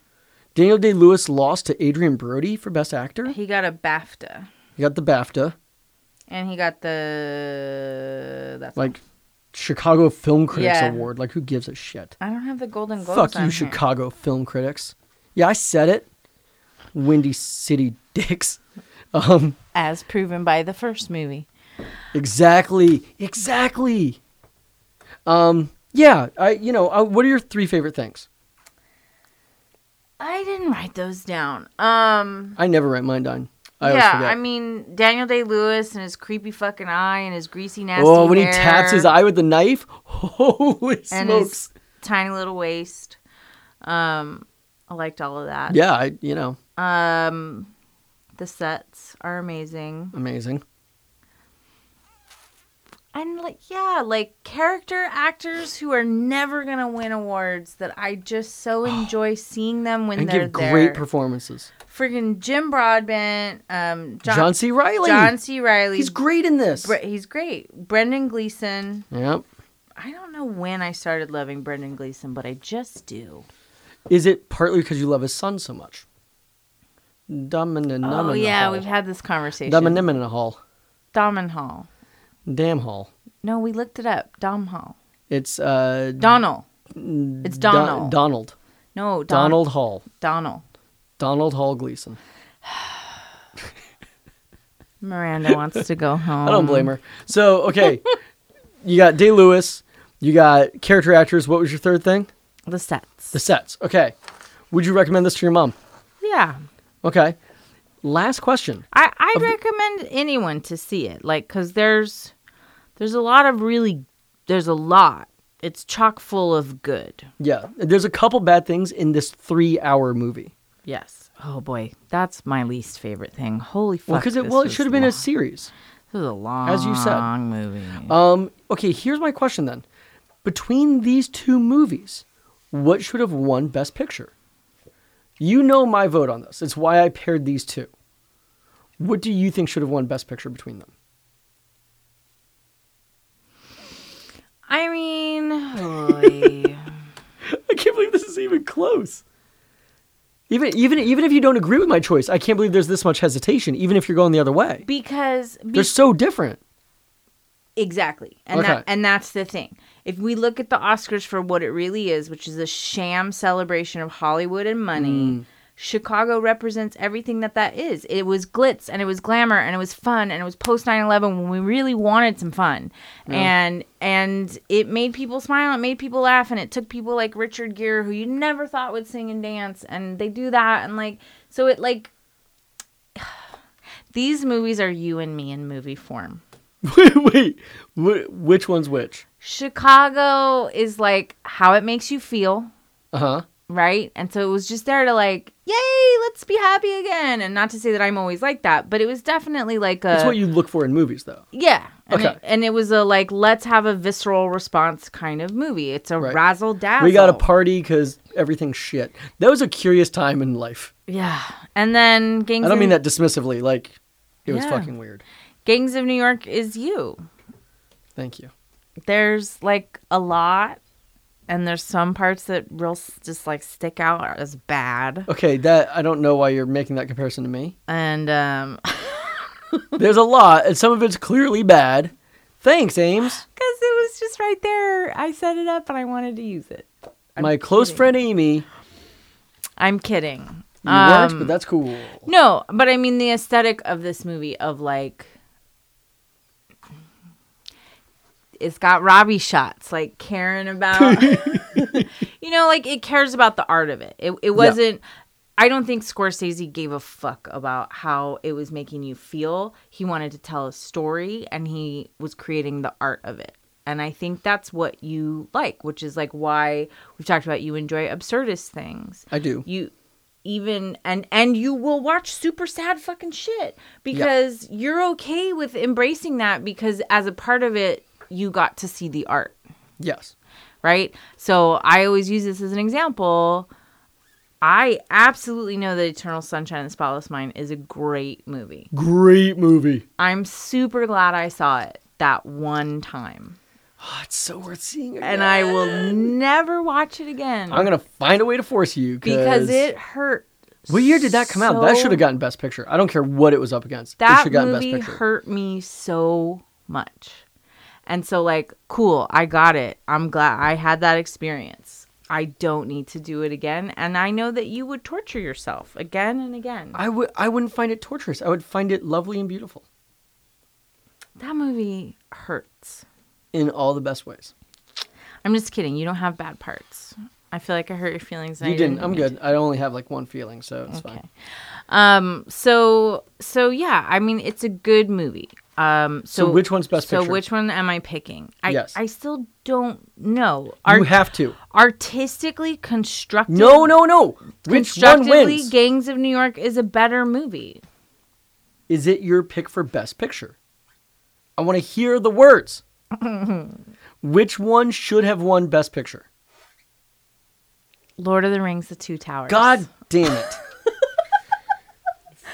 Daniel Day Lewis lost to Adrian Brody for Best Actor. he got a BAFTA He got the BAFTA. and he got the that's like Chicago Film Critics Yeah. Award. Like, who gives a shit? I don't have the Golden Globes. Fuck on you, here. Chicago Film Critics. Yeah, I said it. Windy City dicks. Um, as proven by the first movie. exactly, exactly. Um, yeah, I. You know, I, what are your three favorite things? I didn't write those down. Um I never write mine down. I always yeah, forget. I mean Daniel Day Lewis and his creepy fucking eye and his greasy nasty. oh, when hair he taps his eye with the knife, holy and smokes! his tiny little waist. Um, I liked all of that. Yeah, I, you know, Um, the sets are amazing. amazing. And like, yeah, like character actors who are never gonna win awards that I just so enjoy seeing them when And they're give there. great performances. Freaking Jim Broadbent, um, John, John, C. Riley. John C. Riley. He's great in this. Bre- he's great. Brendan Gleeson. Yep. I don't know when I started loving Brendan Gleeson, but I just do. Is it partly because you love his son so much? Dumb and and numb oh in the yeah, hall. we've had this conversation. dumb and numb in the hall. Damen Hall. Damn hall. No, we looked it up. Dom Hall. It's uh Donald. It's Don- Donald. Donald. no, Don- Donald Hall. Donald. Donald Hall Gleason. Miranda wants to go home. I don't blame her. So okay, you got Day Lewis, you got character actors. What was your third thing? The sets. The sets. Okay, would you recommend this to your mom? Yeah. Okay, last question. I I recommend anyone to see it, like, cause there's there's a lot of really there's a lot. It's chock full of good. Yeah, there's a couple bad things in this three-hour movie. Yes. Oh boy, that's my least favorite thing. Holy fuck! Well, because it this well, it was should have been long. a series. This was a long, as you said. movie. Um, okay, here's my question then. Between these two movies, what should have won Best Picture? You know my vote on this. It's why I paired these two. What do you think should have won Best Picture between them? I mean, oy. I can't believe this is even close. Even even even if you don't agree with my choice, I can't believe there's this much hesitation, even if you're going the other way. because be- They're so different. Exactly. And Okay. that and that's the thing. If we look at the Oscars for what it really is, which is a sham celebration of Hollywood and money, Chicago represents everything that that is. It was glitz and it was glamour and it was fun and it was post 9/11 when we really wanted some fun. And and it made people smile, it made people laugh and it took people like Richard Gere who you never thought would sing and dance and they do that and like so it like these movies are you and me in movie form. wait, wait, wh- which one's which? Chicago is like how it makes you feel, Uh huh. right? And so it was just there to like, yay, let's be happy again. And not to say that I'm always like that, but it was definitely like a That's what you look for in movies, though. yeah. And, Okay. it, and it was a like let's have a visceral response kind of movie. It's a Right. razzle dazzle. We got to party because everything's shit. That was a curious time in life. yeah. And then gangs. I don't of, mean that dismissively. Like, it was Mm-hmm. Yeah. fucking weird. Gangs of New York is you. Thank you. There's like a lot, and there's some parts that real s- just like stick out as bad. Okay, that I don't know why you're making that comparison to me. And um, There's a lot, and some of it's clearly bad. Thanks, Ames. Because it was just right there. I set it up and I wanted to use it. I'm My close kidding. friend Amy. You I'm kidding. weren't, but Um, that's cool. No, but I mean the aesthetic of this movie of like it's got Robbie shots, like caring about you know, like it cares about the art of it. It it wasn't I don't think Scorsese gave a fuck about how it was making you feel. He wanted to tell a story and he was creating the art of it. And I think that's what you like, which is like why we've talked about you enjoy absurdist things I do. you even and and you will watch super sad fucking shit because you're okay with embracing that because as a part of it you got to see the art Yes. right so i always use this as an example i absolutely know that eternal sunshine of the spotless mind is a great movie Great movie. i'm super glad i saw it that one time Oh, it's so worth seeing. Again. and i will never watch it again I'm gonna find a way to force you because it hurt What year did that come out? That so should have gotten Best Picture. I don't care what it was up against. it that should have gotten movie Best Picture. hurt me so much and so like cool i got it i'm glad i had that experience i don't need to do it again and i know that you would torture yourself again and again I would. I wouldn't find it torturous. I would find it lovely and beautiful that movie hurts in all the best ways. i'm just kidding you don't have bad parts i feel like i hurt your feelings and you I didn't. I'm mean good. I only have like one feeling, so it's fine. Um. So so yeah. I mean, it's a good movie. Um. So, So which one's Best So Picture? which one am I picking? I, Yes. I still don't know. you Art- have to. artistically constructed. No, no, no. Which one Constructively, wins? Gangs of New York is a better movie. Is it your pick for Best Picture? I want to hear the words. which one should have won Best Picture? Lord of the Rings: The Two Towers. God damn it.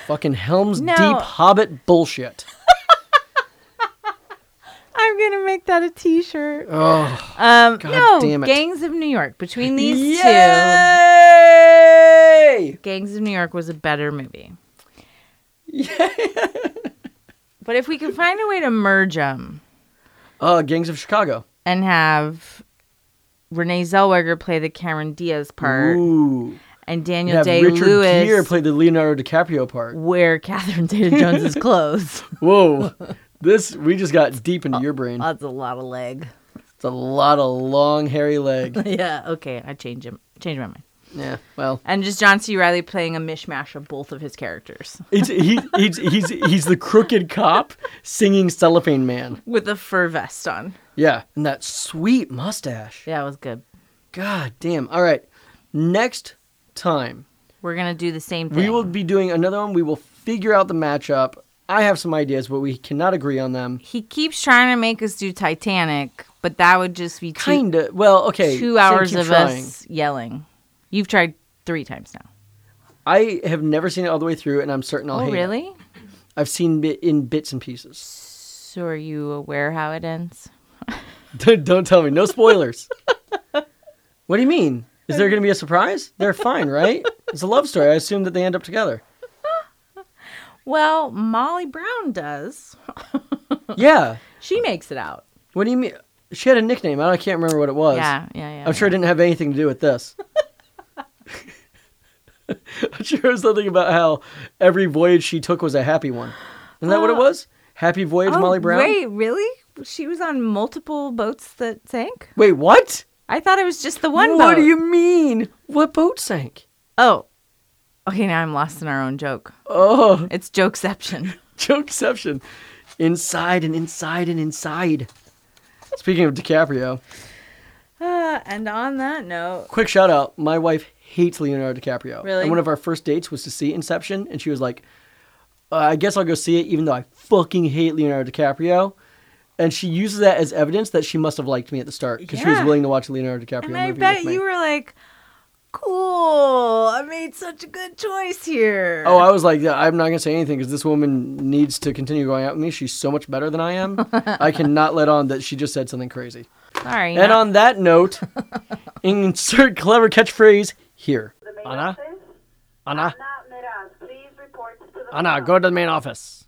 Fucking Helm's No. Deep Hobbit bullshit. I'm gonna make that a T-shirt. Oh, Um, God no, damn it. Gangs of New York. Between these Yay! two, Gangs of New York was a better movie. But if we could find a way to merge them Uh, Gangs of Chicago. and have Renee Zellweger play the Cameron Diaz part, Ooh. and You Daniel have Day Richard Lewis Gere play the Leonardo DiCaprio part. wear Catherine Zeta Jones's clothes. Whoa, this we just got deep into your brain. That's a lot of leg. Uh, It's a lot of long hairy leg. yeah. Okay. I change him. Change my mind. Yeah, well, And just John C. Riley playing a mishmash of both of his characters it's, he, he's he's he's the crooked cop singing Cellophane Man. with a fur vest on. Yeah, and that sweet mustache. Yeah, it was good. God damn. All right, next time We're gonna do the same thing. we will be doing another one. We will figure out the matchup. I have some ideas, but we cannot agree on them. He keeps trying to make us do Titanic, but that would just be two, Kinda. Well, okay. two so hours keep of trying. us yelling. You've tried three times now. I have never seen it all the way through, and I'm certain I'll oh, hate it. really? I've seen it in bits and pieces. So are you aware how it ends? Don't tell me. No spoilers. what do you mean? Is there going to be a surprise? They're fine, right? It's a love story. I assume that they end up together. Well, Molly Brown does. Yeah. She makes it out. What do you mean? She had a nickname. I can't remember what it was. Yeah, yeah, yeah. I'm sure it didn't have anything to do with this. I'm sure it was something about how every voyage she took was a happy one. Isn't that what it was? Happy Voyage, Oh, Molly Brown? Wait, really? She was on multiple boats that sank? Wait, what? I thought it was just the one What boat. do you mean? What boat sank? Oh. Okay, now I'm lost in our own joke. Oh. It's jokeception. Jokeception. Inside and inside and inside. Speaking of DiCaprio, Uh, and on that note, quick shout out. My wife hates Leonardo DiCaprio. Really? And one of our first dates was to see Inception, and she was like, uh, I guess I'll go see it, even though I fucking hate Leonardo DiCaprio. And she uses that as evidence that she must have liked me at the start because she was Yeah. willing to watch a Leonardo DiCaprio and movie. I bet with me. you were like, cool, I made such a good choice here. Oh, I was like, "Yeah, I'm not gonna say anything because this woman needs to continue going out with me. She's so much better than I am. I cannot let on that she just said something crazy. sorry. And on that note, insert clever catchphrase here. The main Anna? office? Anna, Anna Miraz, please report to the Anna, front. go to the main office.